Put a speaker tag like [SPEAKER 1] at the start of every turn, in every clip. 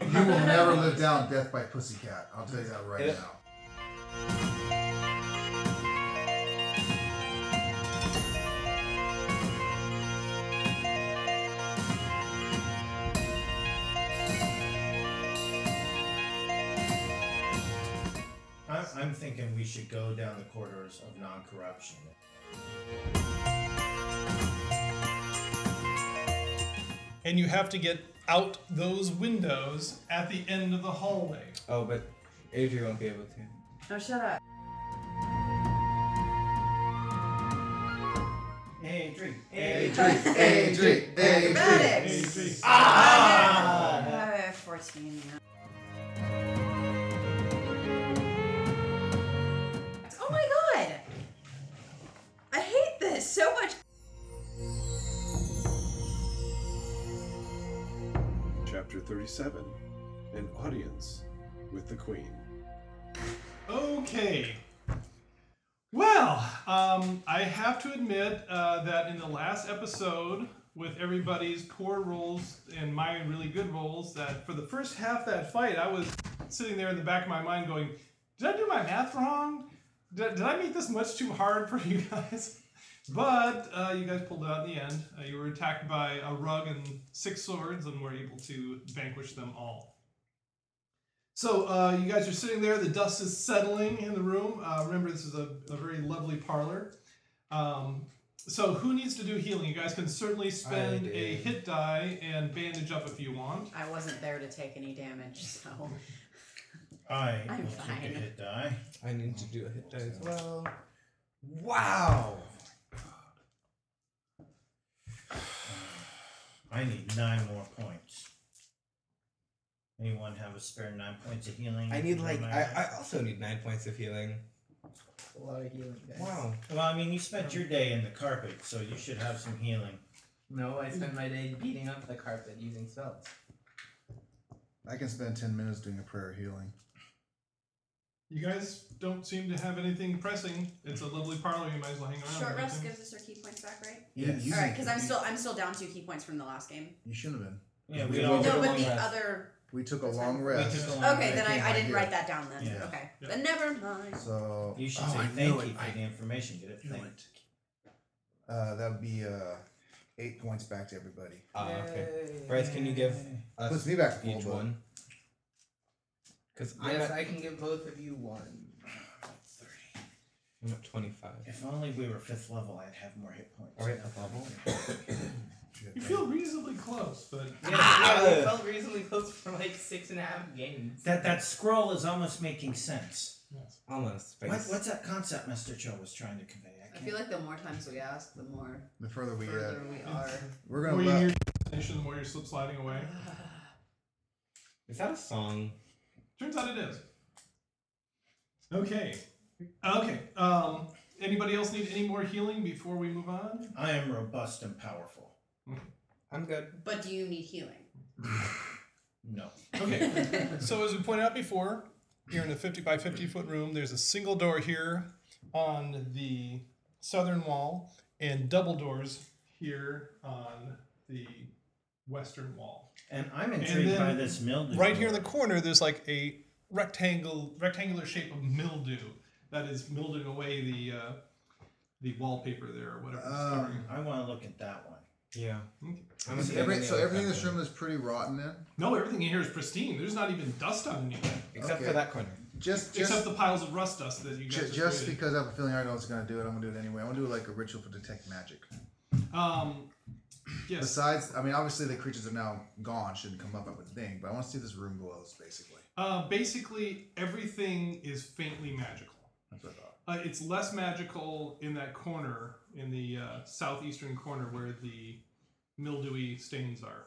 [SPEAKER 1] You will never live down death by pussycat. I'll tell you that right
[SPEAKER 2] Yeah.
[SPEAKER 1] now.
[SPEAKER 3] I, I'm thinking we should go down the corridors of non-corruption.
[SPEAKER 4] and you have to get out those windows at the end of the hallway.
[SPEAKER 2] Oh, but Adrian won't be able to.
[SPEAKER 5] Now shut up.
[SPEAKER 3] Hey, drink.
[SPEAKER 1] Hey, G, hey, G.
[SPEAKER 5] Maddox!
[SPEAKER 3] Ah!
[SPEAKER 5] Uh, 14 now. Oh my god! I hate this so much.
[SPEAKER 6] Chapter 37 An Audience with the Queen.
[SPEAKER 4] Okay. Well, um, I have to admit uh, that in the last episode, with everybody's poor rolls and my really good rolls, that for the first half of that fight, I was sitting there in the back of my mind going, "Did I do my math wrong? Did, did I make this much too hard for you guys?" But uh, you guys pulled out in the end. Uh, you were attacked by a rug and six swords, and were able to vanquish them all. So uh, you guys are sitting there. The dust is settling in the room. Uh, remember, this is a, a very lovely parlor. Um, so who needs to do healing? You guys can certainly spend a
[SPEAKER 2] did.
[SPEAKER 4] hit die and bandage up if you want.
[SPEAKER 5] I wasn't there to take any damage, so.
[SPEAKER 3] I
[SPEAKER 5] I'm
[SPEAKER 3] will take
[SPEAKER 5] fine.
[SPEAKER 3] a hit die.
[SPEAKER 2] I need to do a hit die as well. Wow!
[SPEAKER 3] I need nine more points. Anyone have a spare nine points of healing?
[SPEAKER 2] I need like
[SPEAKER 3] Am
[SPEAKER 2] I, I also need nine points of healing.
[SPEAKER 7] A lot of healing, guys.
[SPEAKER 2] Wow.
[SPEAKER 3] Well, I mean, you spent your day in the carpet, so you should have some healing.
[SPEAKER 7] No, I spend my day beating up the carpet using spells.
[SPEAKER 1] I can spend 10 minutes doing a prayer of healing.
[SPEAKER 4] You guys don't seem to have anything pressing. It's a lovely parlor. You might as well hang around.
[SPEAKER 8] Short
[SPEAKER 4] with
[SPEAKER 8] rest
[SPEAKER 4] everything.
[SPEAKER 8] gives us our key points back, right?
[SPEAKER 1] You-
[SPEAKER 2] Yes.
[SPEAKER 1] you-
[SPEAKER 5] Alright, because I'm still I'm still down two key points from the last game.
[SPEAKER 1] You shouldn't have been.
[SPEAKER 3] Yeah,
[SPEAKER 2] We
[SPEAKER 3] we
[SPEAKER 2] did Took
[SPEAKER 3] all.
[SPEAKER 2] a
[SPEAKER 5] No, but
[SPEAKER 2] long
[SPEAKER 5] the
[SPEAKER 2] rest.
[SPEAKER 5] other
[SPEAKER 1] We took a
[SPEAKER 5] That's
[SPEAKER 1] long
[SPEAKER 3] We
[SPEAKER 1] rest.
[SPEAKER 3] took a
[SPEAKER 4] Oh,
[SPEAKER 3] long
[SPEAKER 5] Okay,
[SPEAKER 3] break.
[SPEAKER 5] then
[SPEAKER 1] came
[SPEAKER 5] I, I
[SPEAKER 1] right
[SPEAKER 5] didn't
[SPEAKER 1] here.
[SPEAKER 5] write that down then.
[SPEAKER 3] Yeah.
[SPEAKER 5] Okay.
[SPEAKER 4] Yeah.
[SPEAKER 5] But never mind.
[SPEAKER 1] So
[SPEAKER 3] You should
[SPEAKER 1] Oh,
[SPEAKER 3] say
[SPEAKER 1] I
[SPEAKER 3] thank
[SPEAKER 1] knew
[SPEAKER 3] you
[SPEAKER 1] it.
[SPEAKER 3] for the information. Get it?
[SPEAKER 1] knew
[SPEAKER 3] Thank
[SPEAKER 1] it. Uh, that would be uh, eight points back to everybody.
[SPEAKER 2] Ah, okay. Bryce, can you give
[SPEAKER 1] Puts
[SPEAKER 2] us
[SPEAKER 1] me back full,
[SPEAKER 2] each
[SPEAKER 1] but-
[SPEAKER 2] one? Because I'm,
[SPEAKER 7] Yes,
[SPEAKER 2] at-
[SPEAKER 7] I can give both of you one.
[SPEAKER 2] I'm at 25.
[SPEAKER 3] If only we were fifth level, I'd have more hit points.
[SPEAKER 2] All right, up level.
[SPEAKER 1] Shit,
[SPEAKER 4] You feel reasonably close, but
[SPEAKER 7] Yeah,
[SPEAKER 2] Ah!
[SPEAKER 7] yeah, we felt reasonably close for like six and a half games.
[SPEAKER 3] That that scroll is almost making sense.
[SPEAKER 2] Almost.
[SPEAKER 3] What,
[SPEAKER 2] space.
[SPEAKER 3] what's that concept Master Cho was trying to convey? I
[SPEAKER 5] I
[SPEAKER 3] can't.
[SPEAKER 5] feel like the more times we ask, the more
[SPEAKER 1] The further we uh, get,
[SPEAKER 5] further we are.
[SPEAKER 1] we're
[SPEAKER 4] the
[SPEAKER 1] gonna
[SPEAKER 4] more you
[SPEAKER 1] let-
[SPEAKER 4] near your destination, the more you're slip sliding away.
[SPEAKER 2] Is that a song?
[SPEAKER 4] Turns out it is. Okay. Okay. Um, anybody else need any more healing before we move on?
[SPEAKER 3] I am robust and powerful.
[SPEAKER 2] I'm good.
[SPEAKER 5] But do you need healing?
[SPEAKER 3] No.
[SPEAKER 4] Okay. so as we pointed out before, you're in a 50 by 50 foot room. There's a single door here on the southern wall, and double doors here on the western wall.
[SPEAKER 3] And I'm intrigued
[SPEAKER 4] then
[SPEAKER 3] by this mildew.
[SPEAKER 4] right here in the corner there's like a rectangle rectangular shape of mildew that is mildewing away the uh, the wallpaper there or whatever it's
[SPEAKER 1] Um,
[SPEAKER 4] covering.
[SPEAKER 3] I want to look at that one.
[SPEAKER 2] Yeah.
[SPEAKER 4] Okay.
[SPEAKER 2] I'm
[SPEAKER 1] Is
[SPEAKER 2] good
[SPEAKER 1] every-
[SPEAKER 2] in the
[SPEAKER 1] so
[SPEAKER 2] other
[SPEAKER 1] everything in this
[SPEAKER 2] category.
[SPEAKER 1] room is pretty rotten then?
[SPEAKER 4] no everything in here is pristine there's not even dust on anything
[SPEAKER 2] Except
[SPEAKER 1] Okay.
[SPEAKER 2] for that corner.
[SPEAKER 1] Just
[SPEAKER 4] except
[SPEAKER 1] just
[SPEAKER 4] the piles of rust dust that you guys
[SPEAKER 1] ju-
[SPEAKER 4] just
[SPEAKER 1] just
[SPEAKER 4] created.
[SPEAKER 1] because I have a feeling I know it's gonna do it, I'm gonna do it anyway. I'm gonna do like a ritual for detect magic.
[SPEAKER 4] um yes
[SPEAKER 1] Besides, I mean, obviously the creatures are now gone, shouldn't come up, I would think, but I want to see this room glows, basically.
[SPEAKER 4] uh, basically everything is faintly magical
[SPEAKER 1] That's what I thought.
[SPEAKER 4] Uh, it's less magical in that corner, in the uh, southeastern corner where the mildewy stains are.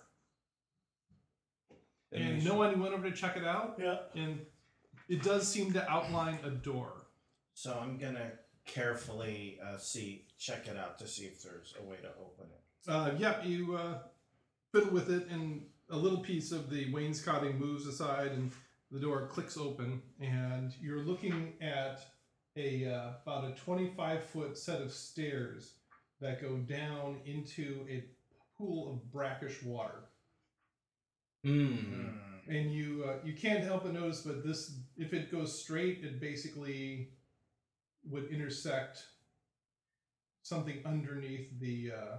[SPEAKER 2] Then we
[SPEAKER 4] And
[SPEAKER 2] should-
[SPEAKER 4] no one went over to check it out. Yeah. And it does seem to outline a door.
[SPEAKER 3] So I'm gonna carefully uh, see, check it out to see if there's a way to open it.
[SPEAKER 4] Uh, yep, you uh, fiddle with it, and a little piece of the wainscoting moves aside, and the door clicks open, and you're looking at a uh, about a 25 foot set of stairs that go down into a pool of brackish water.
[SPEAKER 2] Mm.
[SPEAKER 4] Mm-hmm.
[SPEAKER 3] Hmm.
[SPEAKER 4] and you uh, you can't help but notice, but this if it goes straight, it basically would intersect something underneath the uh,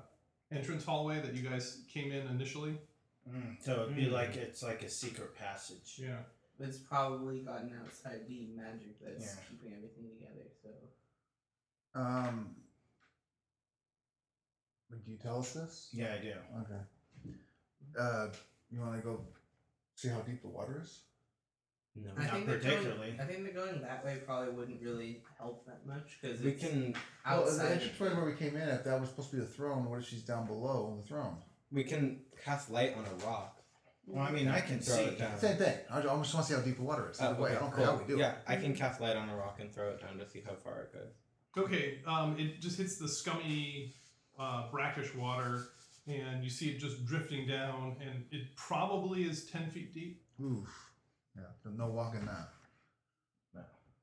[SPEAKER 4] entrance hallway that you guys came in initially.
[SPEAKER 3] Mm, so it'd be
[SPEAKER 2] Mm.
[SPEAKER 3] like it's like a secret passage.
[SPEAKER 4] Yeah.
[SPEAKER 7] It's probably got an outside the magic that's
[SPEAKER 3] Yeah.
[SPEAKER 7] keeping everything together. So
[SPEAKER 1] Um. Would you tell us this?
[SPEAKER 3] Yeah, I do.
[SPEAKER 1] Okay. Uh, you want to go see how deep the water is?
[SPEAKER 2] No.
[SPEAKER 7] I
[SPEAKER 3] Not
[SPEAKER 7] think that
[SPEAKER 3] particularly.
[SPEAKER 7] Going, I think that going that way probably wouldn't really help that much because
[SPEAKER 1] We Oh,
[SPEAKER 7] it's
[SPEAKER 8] can
[SPEAKER 1] well, the
[SPEAKER 7] outside. the-
[SPEAKER 1] entranceway where we came in at, that was supposed to be the throne. What if she's down below on the throne?
[SPEAKER 8] we can cast light on a rock.
[SPEAKER 3] Well, I mean, I can
[SPEAKER 8] Throw
[SPEAKER 3] see.
[SPEAKER 8] it down.
[SPEAKER 1] Same thing. I ju- I just want to see how deep the water is.
[SPEAKER 8] Oh,
[SPEAKER 1] Either way, I
[SPEAKER 8] okay,
[SPEAKER 1] don't
[SPEAKER 8] cool.
[SPEAKER 1] care how we do
[SPEAKER 8] yeah,
[SPEAKER 1] it.
[SPEAKER 8] I can cast light on a rock and throw it down to see how far it goes.
[SPEAKER 4] Okay, um, it just hits the scummy, uh, brackish water, and you see it just drifting down, and it probably is ten feet deep.
[SPEAKER 1] Oof. Yeah. no- No walking that.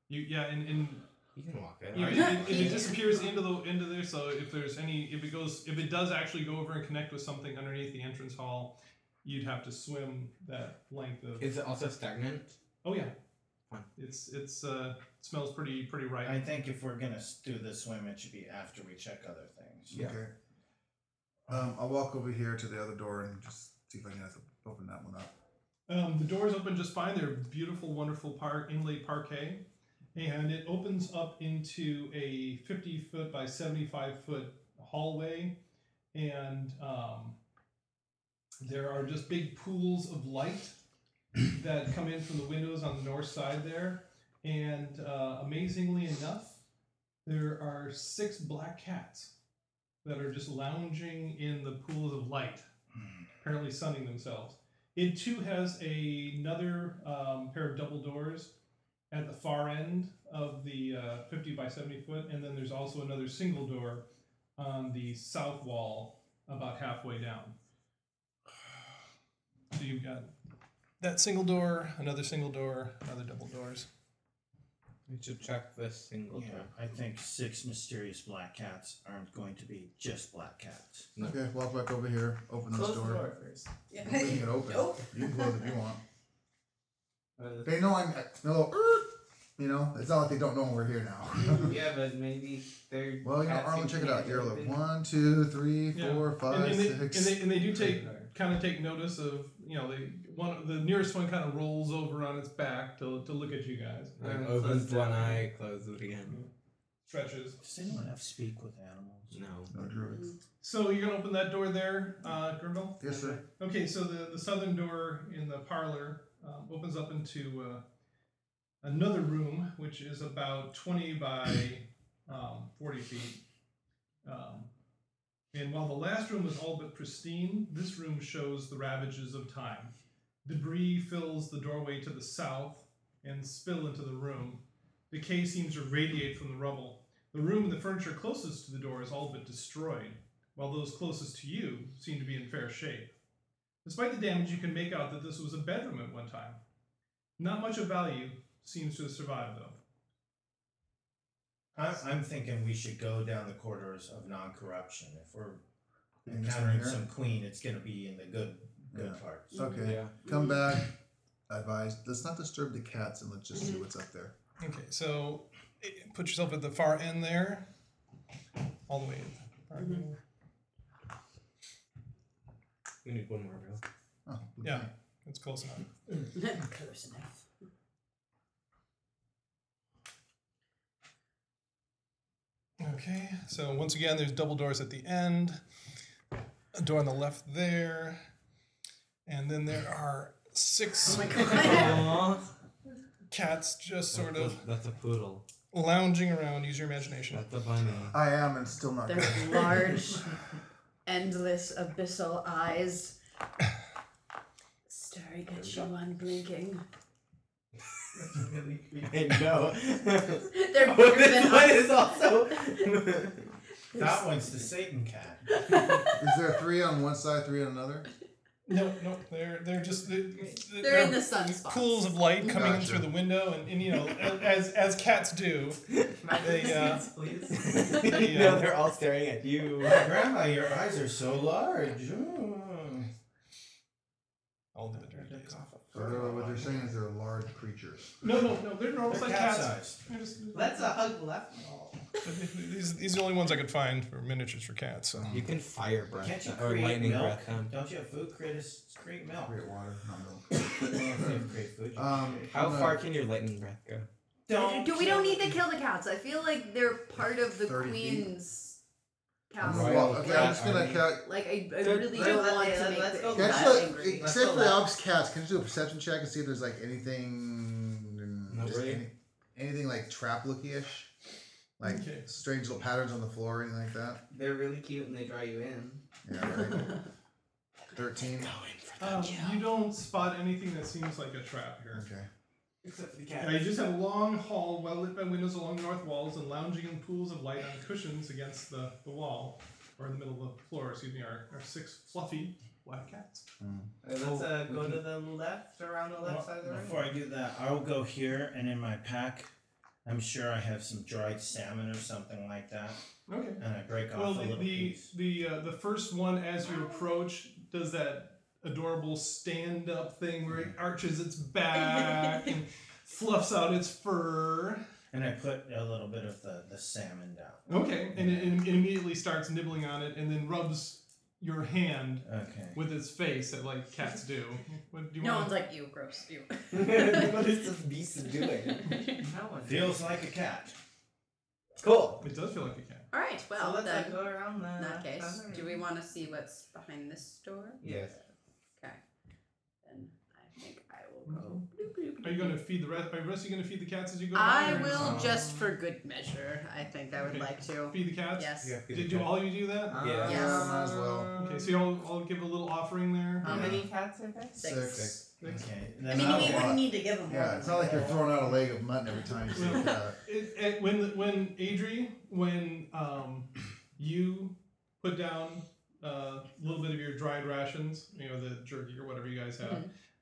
[SPEAKER 4] You yeah, and, and
[SPEAKER 8] You can walk it.
[SPEAKER 4] You know,
[SPEAKER 8] right?
[SPEAKER 4] if it, if it disappears into the into there, so if there's any, if it goes, if it does actually go over and connect with something underneath the entrance hall, you'd have to swim that length of.
[SPEAKER 8] Is it also stagnant?
[SPEAKER 4] oh yeah,
[SPEAKER 8] Fine.
[SPEAKER 4] it's it's uh smells pretty pretty right.
[SPEAKER 3] I think if we're gonna s- do the swim, it should be after we check other things.
[SPEAKER 8] Yeah.
[SPEAKER 1] Okay. Um, I'll walk over here to the other door and just see if I can have to open that one up.
[SPEAKER 4] Um, the doors open just fine. They're beautiful, wonderful par inlay parquet, and it opens up into a 50 foot by 75 foot hallway, and um, there are just big pools of light that come in from the windows on the north side there. And uh, amazingly enough, there are six black cats that are just lounging in the pools of light, apparently sunning themselves. It too has a- another um, pair of double doors at the far end of the uh, 50 by 70 foot, and then there's also another single door on the south wall about halfway down. So you've got that single door, another single door, another double doors.
[SPEAKER 8] We should check this single
[SPEAKER 3] Yeah,
[SPEAKER 8] door.
[SPEAKER 3] I think six mysterious black cats aren't going to be just black cats.
[SPEAKER 8] No.
[SPEAKER 1] Okay, walk back over here, open
[SPEAKER 7] Close
[SPEAKER 1] this door.
[SPEAKER 7] the door first.
[SPEAKER 5] Yeah.
[SPEAKER 1] I'm leaving it open.
[SPEAKER 5] Nope.
[SPEAKER 1] You can close if you want.
[SPEAKER 7] Uh,
[SPEAKER 1] They know I'm. No, little, "Er," you know, it's not like they don't know we're here now.
[SPEAKER 7] yeah, but maybe they're.
[SPEAKER 1] well, you know,
[SPEAKER 7] cats
[SPEAKER 1] Arlen,
[SPEAKER 7] who
[SPEAKER 1] check it
[SPEAKER 7] can't
[SPEAKER 1] out. You're like
[SPEAKER 7] open-
[SPEAKER 1] one, two, three,
[SPEAKER 4] Yeah.
[SPEAKER 1] four,
[SPEAKER 4] And,
[SPEAKER 1] five,
[SPEAKER 4] and,
[SPEAKER 1] six.
[SPEAKER 4] they, and, they, and they do take
[SPEAKER 7] Or-
[SPEAKER 4] kind of take notice of you know they one the nearest one kind of rolls over on its back to, to look at you guys
[SPEAKER 8] Like,
[SPEAKER 7] Alright, close
[SPEAKER 8] opens
[SPEAKER 7] the
[SPEAKER 8] one
[SPEAKER 7] door.
[SPEAKER 8] eye, closes it again.
[SPEAKER 4] stretches
[SPEAKER 3] Does anyone have speak with animals?
[SPEAKER 8] No.
[SPEAKER 1] No druids.
[SPEAKER 4] so you're gonna open that door there uh Grindel?
[SPEAKER 1] Yes, sir.
[SPEAKER 4] Okay, so the, the southern door in the parlor um, opens up into uh, another room, which is about 20 by um, 40 feet. Um, and while the last room was all but pristine, this room shows the ravages of time. Debris fills the doorway to the south and spill into the room. Decay seems to radiate from the rubble. The room and the furniture closest to the door is all but destroyed, while those closest to you seem to be in fair shape. Despite the damage, you can make out that this was a bedroom at one time. Not much of value seems to have survived, though.
[SPEAKER 3] I'm, I'm thinking we should go down the corridors of non-corruption. If we're
[SPEAKER 1] And this one
[SPEAKER 3] encountering
[SPEAKER 1] here?
[SPEAKER 3] some queen, it's gonna be in the good good
[SPEAKER 1] Yeah.
[SPEAKER 3] parts.
[SPEAKER 1] Okay,
[SPEAKER 8] Yeah.
[SPEAKER 1] come back. Advise. Let's not disturb the cats and let's just see what's up there.
[SPEAKER 4] Okay, so eh, put yourself at the far end there, all the way. At the far end.
[SPEAKER 8] We need one more reel.
[SPEAKER 1] Oh, blue
[SPEAKER 4] Yeah.
[SPEAKER 1] paint.
[SPEAKER 4] That's close enough.
[SPEAKER 5] Close enough.
[SPEAKER 4] Okay, so once again, there's double doors at the end, a door on the left there, and then there are six cats just sort
[SPEAKER 8] that's,
[SPEAKER 4] of
[SPEAKER 8] That's a poodle.
[SPEAKER 4] lounging around. Use your imagination.
[SPEAKER 8] That's a bunny.
[SPEAKER 1] I am and still not good.
[SPEAKER 5] Their large, endless, abyssal eyes staring at you unblinking.
[SPEAKER 7] really creepy.
[SPEAKER 8] I know.
[SPEAKER 5] They're
[SPEAKER 8] Oh,
[SPEAKER 5] bigger
[SPEAKER 8] this
[SPEAKER 5] than
[SPEAKER 8] one
[SPEAKER 5] us.
[SPEAKER 8] is also.
[SPEAKER 3] That one's the Satan cat.
[SPEAKER 1] Is there three on one side, three on another?
[SPEAKER 4] No, no, they're they're just they're,
[SPEAKER 5] They're in the sunspots.
[SPEAKER 4] pools of light coming in
[SPEAKER 1] Gotcha.
[SPEAKER 4] through the window, and, and you know, as as cats do, they uh,
[SPEAKER 7] Please.
[SPEAKER 4] they,
[SPEAKER 8] no,
[SPEAKER 4] uh,
[SPEAKER 8] they're all staring at you.
[SPEAKER 3] Grandma, your eyes are so large. Mm.
[SPEAKER 4] all the dirty.
[SPEAKER 1] So they're, what they're saying is they're large creatures.
[SPEAKER 4] No, no, no. They're normal
[SPEAKER 3] They're
[SPEAKER 4] sized
[SPEAKER 3] cat
[SPEAKER 4] cats.
[SPEAKER 3] sized.
[SPEAKER 4] They're just-
[SPEAKER 7] Let's a hug left wall.
[SPEAKER 2] These, these are the only ones I could find for miniatures for cats. So.
[SPEAKER 8] You can fire breath
[SPEAKER 3] Can't you
[SPEAKER 8] or
[SPEAKER 3] create
[SPEAKER 8] lightning
[SPEAKER 3] milk?
[SPEAKER 8] breath um, them.
[SPEAKER 3] Don't you have food? Create, a s create milk.
[SPEAKER 1] Create water, not milk.
[SPEAKER 3] Well, if you have create food, you can
[SPEAKER 1] Um,
[SPEAKER 3] create-
[SPEAKER 8] How
[SPEAKER 1] No.
[SPEAKER 8] far can your lightning breath go?
[SPEAKER 3] Don't.
[SPEAKER 5] Do we don't need to kill the cats? I feel like they're part of the
[SPEAKER 1] 30 feet.
[SPEAKER 5] queen's castle.
[SPEAKER 1] well, okay, I'm just
[SPEAKER 8] Yeah,
[SPEAKER 1] gonna
[SPEAKER 8] I
[SPEAKER 1] cal-
[SPEAKER 5] Like I, I
[SPEAKER 8] Don't-
[SPEAKER 5] really
[SPEAKER 7] Let's-
[SPEAKER 5] don't want
[SPEAKER 7] let's-
[SPEAKER 5] to make
[SPEAKER 7] let's
[SPEAKER 5] the-
[SPEAKER 7] go
[SPEAKER 1] Can
[SPEAKER 7] That's
[SPEAKER 1] I
[SPEAKER 5] that
[SPEAKER 1] just, like,
[SPEAKER 5] angry.
[SPEAKER 7] That's
[SPEAKER 1] except
[SPEAKER 7] the
[SPEAKER 1] for the
[SPEAKER 7] last-
[SPEAKER 1] Alps cats, can you do a perception check and see if there's like anything,
[SPEAKER 8] Not
[SPEAKER 1] just
[SPEAKER 8] really.
[SPEAKER 1] any- anything like trap looky-ish, like
[SPEAKER 4] Okay.
[SPEAKER 1] strange little patterns on the floor, or anything like that?
[SPEAKER 7] They're really cute and they draw you in.
[SPEAKER 1] Yeah, right. Thirteen.
[SPEAKER 4] Um, you don't spot anything that seems like a trap here.
[SPEAKER 1] Okay.
[SPEAKER 7] Except for the
[SPEAKER 4] Yeah, you just have a long hall, well lit by windows along north walls, and lounging in pools of light on cushions against the, the wall, or in the middle of the floor, excuse me, are, are six fluffy black cats.
[SPEAKER 7] Let's uh, go to the left, around the left side of the
[SPEAKER 3] Well,
[SPEAKER 7] room.
[SPEAKER 3] Before I do that, I'll go here and in my pack, I'm sure I have some dried salmon or something like that,
[SPEAKER 4] Okay.
[SPEAKER 3] and I break off
[SPEAKER 4] Well,
[SPEAKER 3] a
[SPEAKER 4] the
[SPEAKER 3] little
[SPEAKER 4] the
[SPEAKER 3] piece.
[SPEAKER 4] the, uh, the first one as you approach does that adorable stand up thing where it arches its back and fluffs out its fur.
[SPEAKER 3] And I put a little bit of the, the salmon down.
[SPEAKER 4] Okay, and it, it immediately starts nibbling on it, and then rubs your hand
[SPEAKER 3] Okay.
[SPEAKER 4] with its face that like cats do. What do you
[SPEAKER 5] No
[SPEAKER 4] want?
[SPEAKER 5] one's like you, gross, you.
[SPEAKER 8] what is this beast doing?
[SPEAKER 7] No one.
[SPEAKER 3] Feels like a cat.
[SPEAKER 8] Cool.
[SPEAKER 4] It does feel like a cat.
[SPEAKER 5] All right, well
[SPEAKER 7] so let's uh,
[SPEAKER 5] then.
[SPEAKER 7] go around the.
[SPEAKER 5] In that
[SPEAKER 7] left side
[SPEAKER 5] case,
[SPEAKER 7] of the
[SPEAKER 5] do we
[SPEAKER 7] room.
[SPEAKER 5] want to see what's behind this door?
[SPEAKER 8] Yes.
[SPEAKER 5] Okay. Then I think I will go. bloop, bloop,
[SPEAKER 4] Are you
[SPEAKER 5] bloop.
[SPEAKER 4] going to feed the rest? Are you rest you going to feed the cats as you go?
[SPEAKER 5] I
[SPEAKER 4] along, or-
[SPEAKER 5] will
[SPEAKER 8] Um,
[SPEAKER 5] just for good measure. I think I would
[SPEAKER 4] okay.
[SPEAKER 5] like to.
[SPEAKER 4] feed the cats.
[SPEAKER 5] Yes.
[SPEAKER 8] Yeah, feed the
[SPEAKER 4] Did you
[SPEAKER 8] cat.
[SPEAKER 4] all you do that?
[SPEAKER 7] Uh,
[SPEAKER 8] Yeah. Um,
[SPEAKER 5] Yes.
[SPEAKER 1] might as well.
[SPEAKER 4] Okay, so y'all all give a little offering there.
[SPEAKER 7] How
[SPEAKER 1] Yeah.
[SPEAKER 7] many cats are there?
[SPEAKER 5] Six.
[SPEAKER 1] Six.
[SPEAKER 4] Thanks.
[SPEAKER 3] Okay.
[SPEAKER 5] I
[SPEAKER 3] Then
[SPEAKER 5] mean,
[SPEAKER 1] not
[SPEAKER 5] we
[SPEAKER 1] a
[SPEAKER 5] wouldn't
[SPEAKER 1] lot.
[SPEAKER 5] need to give them.
[SPEAKER 1] Yeah, it's not like you're throwing out a leg of mutton every time you see a cat.
[SPEAKER 4] It, it, when the- when Adri when um you put down uh, a little bit of your dried rations, you know the jerky or whatever you guys have.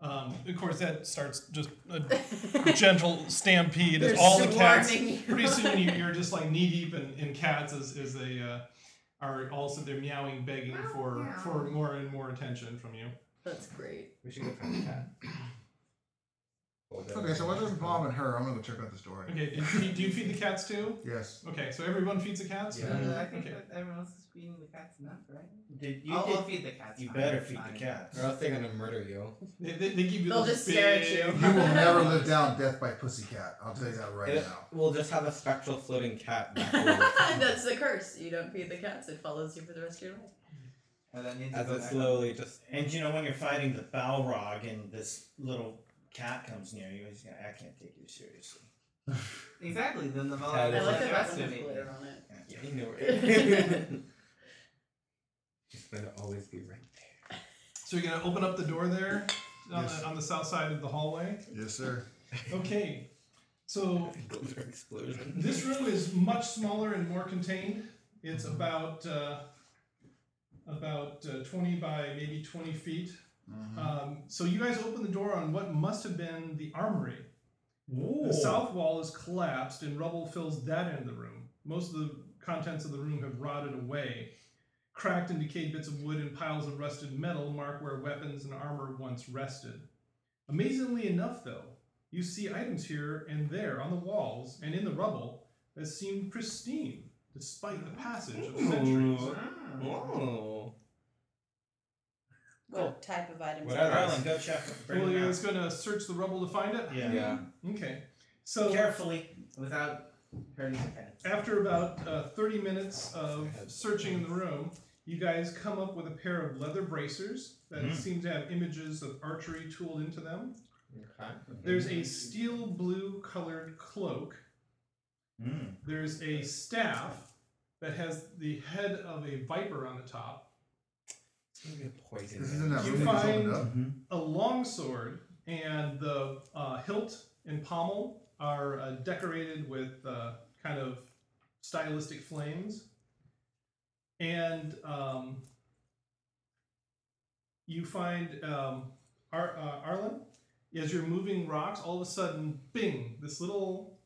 [SPEAKER 5] Mm-hmm.
[SPEAKER 4] Um, of course, that starts just a gentle stampede as all the cats. Pretty soon you- you're just like knee deep in, in cats as, as they uh, are also they're meowing, begging for for more and more attention from you.
[SPEAKER 5] That's great.
[SPEAKER 8] We should go find the cat.
[SPEAKER 1] Okay, so whether it's mom and her, I'm gonna go check out this door.
[SPEAKER 4] Okay, do you, do you feed the cats too?
[SPEAKER 1] Yes.
[SPEAKER 4] Okay, so everyone feeds the cats.
[SPEAKER 8] Yeah.
[SPEAKER 7] Uh, I think
[SPEAKER 4] Okay.
[SPEAKER 7] that everyone else is feeding the cats enough, right?
[SPEAKER 3] Did you
[SPEAKER 7] I'll,
[SPEAKER 3] did-
[SPEAKER 7] I'll feed the cats.
[SPEAKER 3] you
[SPEAKER 7] fine,
[SPEAKER 3] better
[SPEAKER 7] it's
[SPEAKER 3] feed
[SPEAKER 7] fine.
[SPEAKER 3] the cats.
[SPEAKER 8] Or else they're gonna murder you.
[SPEAKER 4] They, they, they give you
[SPEAKER 5] They'll
[SPEAKER 4] this
[SPEAKER 5] just stare at
[SPEAKER 4] big-
[SPEAKER 5] you.
[SPEAKER 1] You will never live down death by pussycat. I'll tell you that right
[SPEAKER 8] It-
[SPEAKER 1] now.
[SPEAKER 8] We'll just have a spectral floating cat. back over.
[SPEAKER 5] That's the curse. You don't feed the cats; it follows you for the rest of your life.
[SPEAKER 7] Oh, that needs to
[SPEAKER 8] As
[SPEAKER 7] go
[SPEAKER 8] it
[SPEAKER 7] back
[SPEAKER 8] slowly just
[SPEAKER 3] And you know when you're fighting the Balrog and this little cat comes near you, he's gonna I can't take you seriously.
[SPEAKER 7] up. Exactly. Then the
[SPEAKER 8] I
[SPEAKER 7] Valhalla
[SPEAKER 8] like
[SPEAKER 5] I like
[SPEAKER 8] that
[SPEAKER 5] that that's
[SPEAKER 7] underestimated.
[SPEAKER 5] glitter on it.
[SPEAKER 8] yeah, you know it. It's gonna always be right there.
[SPEAKER 4] So you're gonna open up the door there on,
[SPEAKER 1] Yes.
[SPEAKER 4] the, on the south side of the hallway.
[SPEAKER 1] Yes, sir.
[SPEAKER 4] Okay, so
[SPEAKER 8] Glitter explosion.
[SPEAKER 4] this room is much smaller and more contained. It's about uh, about uh, 20 by maybe 20 feet.
[SPEAKER 1] Mm-hmm.
[SPEAKER 4] Um, so you guys open the door on what must have been the armory. The south wall is collapsed and rubble fills that end of the room. Most of the contents of the room have rotted away. Cracked and decayed bits of wood and piles of rusted metal mark where weapons and armor once rested. Amazingly enough, though, you see items here and there on the walls and in the rubble that seem pristine despite the passage of centuries.
[SPEAKER 7] Ah.
[SPEAKER 8] Oh.
[SPEAKER 4] Oh.
[SPEAKER 5] What type of items?
[SPEAKER 8] What
[SPEAKER 5] are
[SPEAKER 8] are
[SPEAKER 5] those?
[SPEAKER 3] Arlen, go check bring
[SPEAKER 4] Well,
[SPEAKER 3] him
[SPEAKER 4] you're
[SPEAKER 3] out.
[SPEAKER 4] just going to search the rubble to find it?
[SPEAKER 3] Yeah.
[SPEAKER 8] Yeah.
[SPEAKER 4] Okay. So,
[SPEAKER 3] Carefully.
[SPEAKER 7] Without hurting the cats.
[SPEAKER 4] After about uh, 30 minutes of searching in the room, you guys come up with a pair of leather bracers that
[SPEAKER 3] Mhm.
[SPEAKER 4] seem to have images of archery tooled into them.
[SPEAKER 8] Okay.
[SPEAKER 4] There's a steel blue colored cloak.
[SPEAKER 3] Mm.
[SPEAKER 4] There's a staff that has the head of a viper on the top,
[SPEAKER 8] It's gonna be a poison.
[SPEAKER 1] This isn't that
[SPEAKER 4] You
[SPEAKER 1] room that's opened
[SPEAKER 4] find-
[SPEAKER 1] up.
[SPEAKER 4] a long sword, and the uh, hilt and pommel are uh, decorated with uh, kind of stylistic flames. And um, you find um, Ar- uh, Arlen, as you're moving rocks, all of a sudden, bing, this little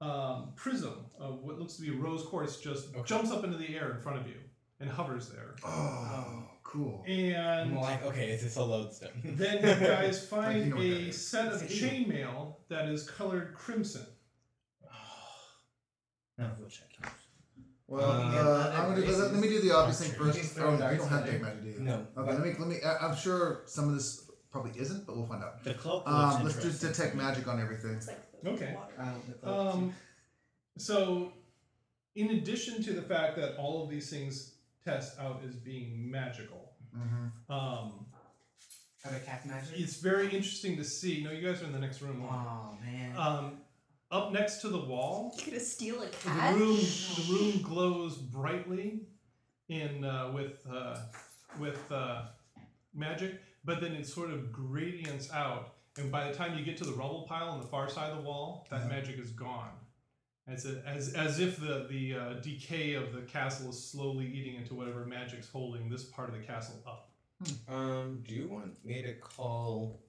[SPEAKER 4] um, prism of what looks to be rose quartz just
[SPEAKER 8] Okay.
[SPEAKER 4] jumps up into the air in front of you. and hovers there.
[SPEAKER 1] Oh, cool.
[SPEAKER 4] And
[SPEAKER 8] I'm like, okay, is this a lodestone?
[SPEAKER 4] then you guys
[SPEAKER 1] you
[SPEAKER 4] find
[SPEAKER 1] know what that
[SPEAKER 4] a
[SPEAKER 1] is.
[SPEAKER 4] set of
[SPEAKER 1] It's an
[SPEAKER 4] chainmail that is colored crimson.
[SPEAKER 3] None of which I can use.
[SPEAKER 1] Well,
[SPEAKER 8] Um,
[SPEAKER 1] uh, I'm gonna,
[SPEAKER 7] yeah,
[SPEAKER 1] let, let me do the obvious thing
[SPEAKER 8] Archery.
[SPEAKER 1] first.
[SPEAKER 7] Just throw
[SPEAKER 1] Oh, you
[SPEAKER 7] darts
[SPEAKER 1] don't have
[SPEAKER 7] at
[SPEAKER 1] big
[SPEAKER 7] it.
[SPEAKER 1] magic, do you?
[SPEAKER 8] No,
[SPEAKER 1] Okay,
[SPEAKER 8] but-
[SPEAKER 1] let me let me. I, I'm sure some of this probably isn't, but we'll find out.
[SPEAKER 3] The cloak looks
[SPEAKER 1] Um, let's just
[SPEAKER 3] interesting.
[SPEAKER 1] detect magic on everything.
[SPEAKER 9] It's like the
[SPEAKER 4] Okay.
[SPEAKER 9] water.
[SPEAKER 7] Um, with the-
[SPEAKER 4] Um, so, in addition to the fact that all of these things test out as being magical,
[SPEAKER 1] hmm
[SPEAKER 4] um,
[SPEAKER 7] Other cat magic?
[SPEAKER 4] it's very interesting to see. No, you guys are in the next room.
[SPEAKER 7] Oh, man.
[SPEAKER 4] Um, up next to the wall,
[SPEAKER 5] You gonna steal a
[SPEAKER 4] the
[SPEAKER 5] cat?
[SPEAKER 4] room the room glows brightly in uh, with uh, with uh, magic, but then it sort of gradients out, and by the time you get to the rubble pile on the far side of the wall, that
[SPEAKER 1] Yeah.
[SPEAKER 4] magic is gone. As, a, as, as if the, the uh, decay of the castle is slowly eating into whatever magic's holding this part of the castle up.
[SPEAKER 8] Um, do you want me to call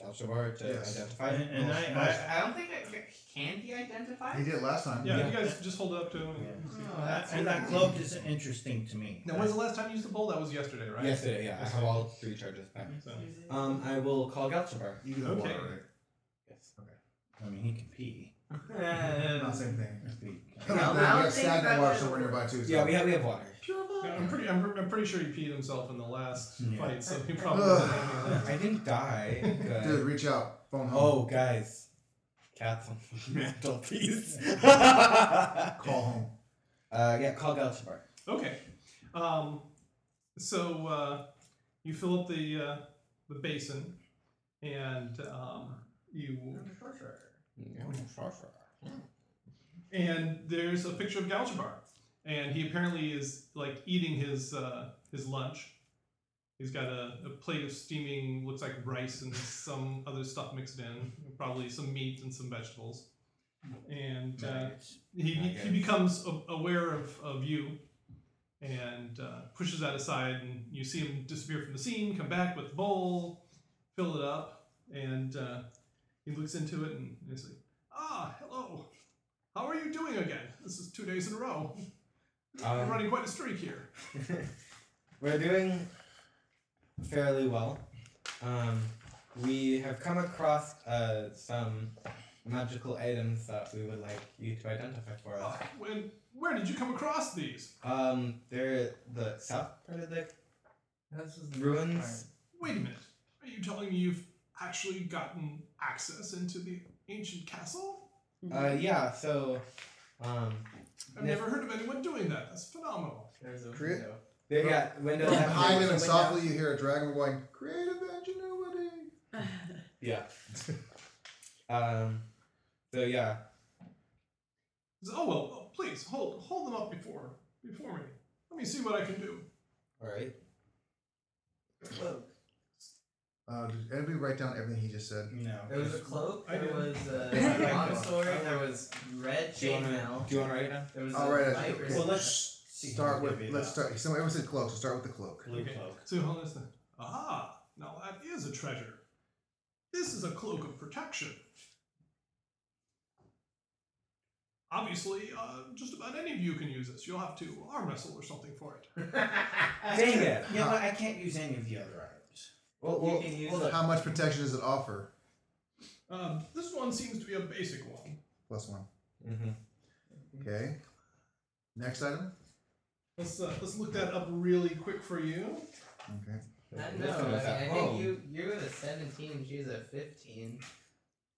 [SPEAKER 8] Alshabar to
[SPEAKER 1] Yes.
[SPEAKER 8] identify?
[SPEAKER 3] And, and I, I,
[SPEAKER 7] I don't think it c- can be identified.
[SPEAKER 1] He did it last time.
[SPEAKER 4] Yeah,
[SPEAKER 8] Yeah.
[SPEAKER 4] you guys just hold it up to him. and-
[SPEAKER 3] Yeah.
[SPEAKER 7] Oh,
[SPEAKER 3] Uh,
[SPEAKER 7] that's
[SPEAKER 3] and
[SPEAKER 7] what
[SPEAKER 3] that
[SPEAKER 7] I-
[SPEAKER 3] cloak is interesting to me.
[SPEAKER 4] Now, when's the last time you used the bowl? That was yesterday, right?
[SPEAKER 8] Yesterday, yeah, I have all three charges back.
[SPEAKER 4] So,
[SPEAKER 8] Um, I will call Galchabar.
[SPEAKER 1] You do the water,
[SPEAKER 4] Okay.
[SPEAKER 1] right?
[SPEAKER 8] Yes.
[SPEAKER 3] I mean, he can pee.
[SPEAKER 1] Not the same
[SPEAKER 3] He
[SPEAKER 1] thing.
[SPEAKER 3] can pee.
[SPEAKER 1] Then
[SPEAKER 5] I
[SPEAKER 1] we have
[SPEAKER 5] don't think
[SPEAKER 1] stagnant
[SPEAKER 5] that
[SPEAKER 1] water
[SPEAKER 5] was-
[SPEAKER 1] somewhere nearby too. So.
[SPEAKER 8] Yeah, we have we have water.
[SPEAKER 4] Yeah, I'm pretty, I'm, I'm pretty sure he peed himself in the last
[SPEAKER 3] Yeah.
[SPEAKER 4] fight, so he probably.
[SPEAKER 1] Ugh.
[SPEAKER 8] I didn't die. but-
[SPEAKER 1] Dude, reach out. Phone home.
[SPEAKER 8] Oh, guys, cats on mantle piece. Oh,
[SPEAKER 1] Call home.
[SPEAKER 8] Uh, yeah, call Galchabar.
[SPEAKER 4] Okay. Um, so uh, you fill up the uh, the basin, and um, you and there's a picture of Galjabar, and he apparently is like eating his uh, his lunch. He's got a, a plate of steaming, looks like rice and some other stuff mixed in, probably some meat and some vegetables. And uh, he,
[SPEAKER 8] Maggots.
[SPEAKER 4] he becomes a- aware of, of you and uh, pushes that aside and you see him disappear from the scene come back with the bowl fill it up and uh, he looks into it and he's like ah hello how are you doing again this is two days in a row i'm
[SPEAKER 8] Um,
[SPEAKER 4] running quite a streak here
[SPEAKER 8] We're doing fairly well. Um, we have come across uh, some magical items that we would like you to identify for
[SPEAKER 4] uh,
[SPEAKER 8] us.
[SPEAKER 4] when, where did you come across these
[SPEAKER 8] Um, they're the south part of the
[SPEAKER 7] This is
[SPEAKER 8] ruins.
[SPEAKER 4] wait a minute are you telling me you've actually gotten access into the ancient castle
[SPEAKER 8] Uh, yeah, so um,
[SPEAKER 4] i've
[SPEAKER 8] Yeah.
[SPEAKER 4] never heard of anyone doing that that's phenomenal
[SPEAKER 7] There's a
[SPEAKER 1] Create-
[SPEAKER 7] window.
[SPEAKER 8] they got
[SPEAKER 1] From
[SPEAKER 8] windows. have
[SPEAKER 1] behind him and
[SPEAKER 8] windows.
[SPEAKER 1] softly you hear a dragon going, creative ingenuity.
[SPEAKER 8] Yeah. um, so yeah,
[SPEAKER 4] He says, oh well, well, please hold hold them up before before me. Let me see what I can do.
[SPEAKER 8] all right.
[SPEAKER 1] Uh, did anybody write down everything he just said?
[SPEAKER 3] No.
[SPEAKER 7] There was a cloak.
[SPEAKER 4] I
[SPEAKER 7] There
[SPEAKER 4] did.
[SPEAKER 7] was
[SPEAKER 1] I
[SPEAKER 7] a
[SPEAKER 1] did.
[SPEAKER 7] long sword. There was red
[SPEAKER 8] Do you wanna-
[SPEAKER 7] chainmail.
[SPEAKER 8] Do you want to write it down?
[SPEAKER 7] There was
[SPEAKER 1] All right,
[SPEAKER 7] a
[SPEAKER 1] I-
[SPEAKER 7] light
[SPEAKER 1] okay.
[SPEAKER 3] Well,
[SPEAKER 7] wristlet.
[SPEAKER 3] let's see who
[SPEAKER 1] Start
[SPEAKER 3] would
[SPEAKER 1] with,
[SPEAKER 3] give it
[SPEAKER 1] let's
[SPEAKER 3] up.
[SPEAKER 1] start. So everyone said cloak, so start with the cloak.
[SPEAKER 3] Blue
[SPEAKER 4] Okay.
[SPEAKER 3] cloak.
[SPEAKER 4] So hold this. thing. Ah, now that is a treasure. This is a cloak of protection. Obviously, uh, just about any of you can use this. You'll have to arm wrestle or something for it.
[SPEAKER 8] Dang it!
[SPEAKER 3] Yeah, but I can't use any of the other items.
[SPEAKER 8] Well,
[SPEAKER 7] You
[SPEAKER 8] well,
[SPEAKER 7] can use
[SPEAKER 8] hold up.
[SPEAKER 1] How much protection does it offer?
[SPEAKER 4] Um, this one seems to be a basic one.
[SPEAKER 1] Plus one.
[SPEAKER 8] Mhm.
[SPEAKER 1] Okay. Next item.
[SPEAKER 4] Let's uh, let's look that up really quick for you.
[SPEAKER 1] Okay.
[SPEAKER 7] I
[SPEAKER 8] This
[SPEAKER 7] know. I,
[SPEAKER 8] one
[SPEAKER 7] mean,
[SPEAKER 8] was at
[SPEAKER 7] I
[SPEAKER 8] home.
[SPEAKER 7] think you you're at a seventeen. She's at fifteen.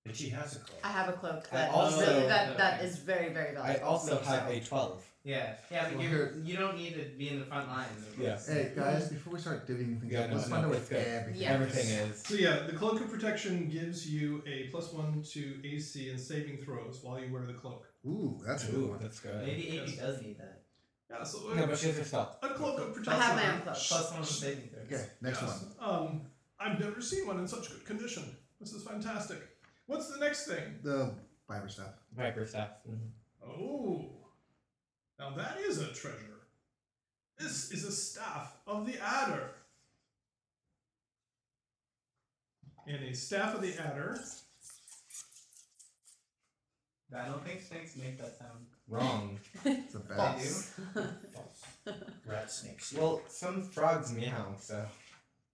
[SPEAKER 3] But she has a cloak.
[SPEAKER 5] I have a cloak
[SPEAKER 8] I
[SPEAKER 5] that
[SPEAKER 8] also-
[SPEAKER 5] that, that is very very valuable.
[SPEAKER 8] I also
[SPEAKER 5] so-
[SPEAKER 8] have a twelve.
[SPEAKER 7] Yeah. Yeah, but
[SPEAKER 1] Well,
[SPEAKER 7] you're you don't need to be in the front lines. of
[SPEAKER 8] Yeah.
[SPEAKER 7] course.
[SPEAKER 1] Hey guys, before we start divvying things
[SPEAKER 8] Yeah,
[SPEAKER 1] up,
[SPEAKER 8] no,
[SPEAKER 1] let's
[SPEAKER 8] no,
[SPEAKER 1] find out
[SPEAKER 8] it's
[SPEAKER 1] what
[SPEAKER 8] good.
[SPEAKER 1] everything.
[SPEAKER 5] Yeah.
[SPEAKER 8] Everything is.
[SPEAKER 4] So yeah, the cloak of protection gives you a plus one to AC and saving throws while you wear the cloak.
[SPEAKER 1] Ooh, that's a good
[SPEAKER 8] Ooh,
[SPEAKER 1] one.
[SPEAKER 8] that's good.
[SPEAKER 7] Maybe AP does need that.
[SPEAKER 4] Yeah, so
[SPEAKER 8] No, but she has her spell.
[SPEAKER 4] a cloak of
[SPEAKER 5] I
[SPEAKER 4] protection.
[SPEAKER 5] have my own cloak.
[SPEAKER 7] Plus one for saving throws.
[SPEAKER 1] Okay, next
[SPEAKER 4] Yes.
[SPEAKER 1] one.
[SPEAKER 4] Um, I've never seen one in such good condition. This is fantastic. What's the next thing?
[SPEAKER 1] The fiber stuff.
[SPEAKER 8] Viper staff.
[SPEAKER 4] Oh, now that is a treasure. This is a staff of the adder. And a staff of the adder
[SPEAKER 7] I don't think snakes make that sound.
[SPEAKER 8] Wrong.
[SPEAKER 1] It's a
[SPEAKER 7] They
[SPEAKER 1] bad.
[SPEAKER 7] do?
[SPEAKER 3] False. Rat snakes.
[SPEAKER 8] Well, some frogs meow, so.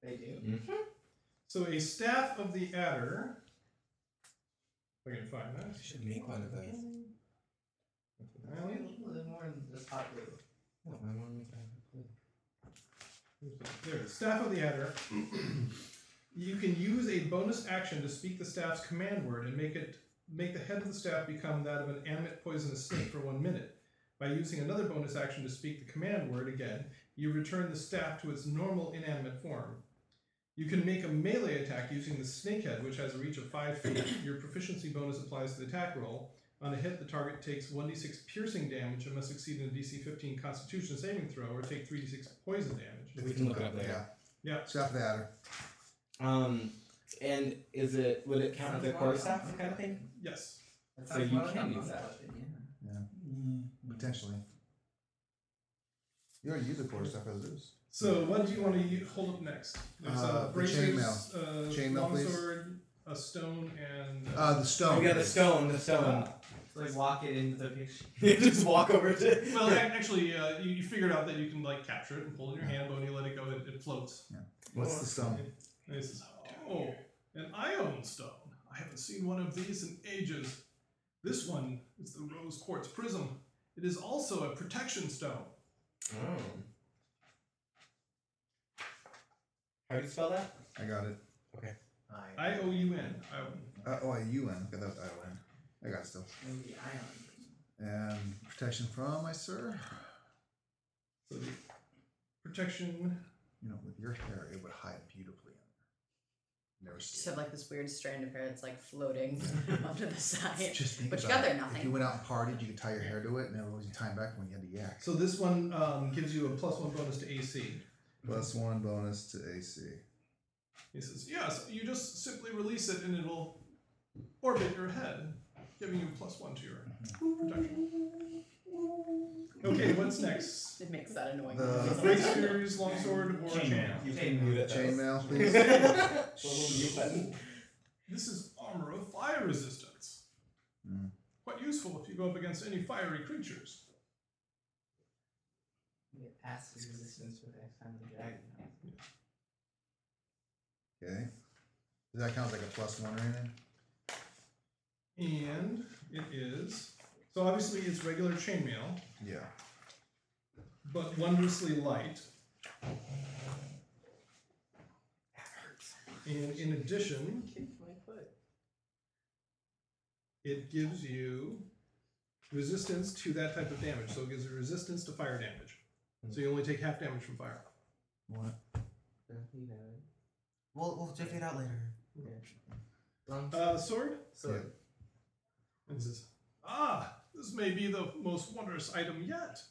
[SPEAKER 7] They do.
[SPEAKER 4] So a staff of the adder. If I can find that.
[SPEAKER 8] I should make one of those.
[SPEAKER 7] Really? They're more than just hot glue.
[SPEAKER 8] No, I want to make that.
[SPEAKER 4] There, staff of the adder. you can use a bonus action to speak the staff's command word and make it make the head of the staff become that of an animate poisonous snake for one minute. By using another bonus action to speak the command word again, you return the staff to its normal inanimate form. You can make a melee attack using the snake head, which has a reach of five feet. Your proficiency bonus applies to the attack roll. On a hit, the target takes 1d6 piercing damage and must succeed in a DC 15 Constitution saving throw or take 3d6 poison damage.
[SPEAKER 8] We can look it up later.
[SPEAKER 4] Yeah.
[SPEAKER 1] Staff of the adder.
[SPEAKER 8] Um, and is it, would it count as a core staff kind of thing?
[SPEAKER 4] Yes.
[SPEAKER 7] That
[SPEAKER 8] So
[SPEAKER 7] sounds
[SPEAKER 8] you
[SPEAKER 7] more like
[SPEAKER 8] can
[SPEAKER 7] a
[SPEAKER 8] use
[SPEAKER 7] bonus
[SPEAKER 8] that.
[SPEAKER 7] weapon, yeah.
[SPEAKER 1] Potentially. You already used the core stuff as it is.
[SPEAKER 4] So what do you want to u- hold up next? There's
[SPEAKER 1] Uh,
[SPEAKER 4] uh,
[SPEAKER 1] the
[SPEAKER 4] braces, uh,
[SPEAKER 1] Chainmail, please.
[SPEAKER 4] longsword, a stone, and uh,
[SPEAKER 1] Uh, the stone.
[SPEAKER 8] We got the stone, the stone.
[SPEAKER 7] So like walk it into the picture.
[SPEAKER 8] Just walk over to.
[SPEAKER 4] well, ac- actually, uh, you, you figured out that you can like capture it and pull it in your hand, but when you let it go, it, it floats.
[SPEAKER 1] What's the stone?
[SPEAKER 4] And it says, "Oh, an ion stone! I haven't seen one of these in ages. This one is the rose quartz prism. It is also a protection stone.
[SPEAKER 8] Oh. How do you spell that?
[SPEAKER 1] I got it.
[SPEAKER 3] I,
[SPEAKER 4] I O U N. Ion.
[SPEAKER 1] Uh, oh, I UN. Okay, that was ION. I got it still.
[SPEAKER 7] Maybe ion.
[SPEAKER 1] And protection from my sir.
[SPEAKER 4] So protection.
[SPEAKER 1] You know, with your hair, it would hide beautifully. Never
[SPEAKER 5] Just
[SPEAKER 1] see.
[SPEAKER 5] have like this weird strand of hair that's like floating up to the
[SPEAKER 1] it.
[SPEAKER 5] side.
[SPEAKER 1] Just think
[SPEAKER 5] But you
[SPEAKER 1] about
[SPEAKER 5] got there,
[SPEAKER 1] it.
[SPEAKER 5] nothing.
[SPEAKER 1] If you went out and partied, you could tie your hair to it, and it was time back when you had to yak.
[SPEAKER 4] So this one um, gives you a plus one bonus to AC.
[SPEAKER 1] Plus one bonus to AC.
[SPEAKER 4] He says, Yes, you just simply release it and it'll orbit your head, giving you plus one to your protection. Okay, what's next?
[SPEAKER 5] It makes that annoying.
[SPEAKER 1] The-
[SPEAKER 5] noise.
[SPEAKER 4] Bracers, longsword, or chain?
[SPEAKER 3] Chainmail.
[SPEAKER 8] You can move it.
[SPEAKER 1] Chainmail, please.
[SPEAKER 8] please.
[SPEAKER 4] This is armor of fire resistance.
[SPEAKER 1] Mm.
[SPEAKER 4] Quite useful if you go up against any fiery creatures.
[SPEAKER 7] You get acid resistance for the next time the dragon comes.
[SPEAKER 1] Okay. Does that count as like a plus one or anything?
[SPEAKER 4] And it is. So obviously it's regular chainmail,
[SPEAKER 1] Yeah.
[SPEAKER 4] but wondrously light. And in addition,
[SPEAKER 7] Kicked my foot.
[SPEAKER 4] it gives you resistance to that type of damage. So it gives you resistance to fire damage. So you only take half damage from fire.
[SPEAKER 1] What?
[SPEAKER 7] Don't you know?
[SPEAKER 8] We'll, we'll check it out later.
[SPEAKER 7] Long
[SPEAKER 4] Uh, sword?
[SPEAKER 7] sword.
[SPEAKER 4] And says, Ah, this may be the most wondrous item yet.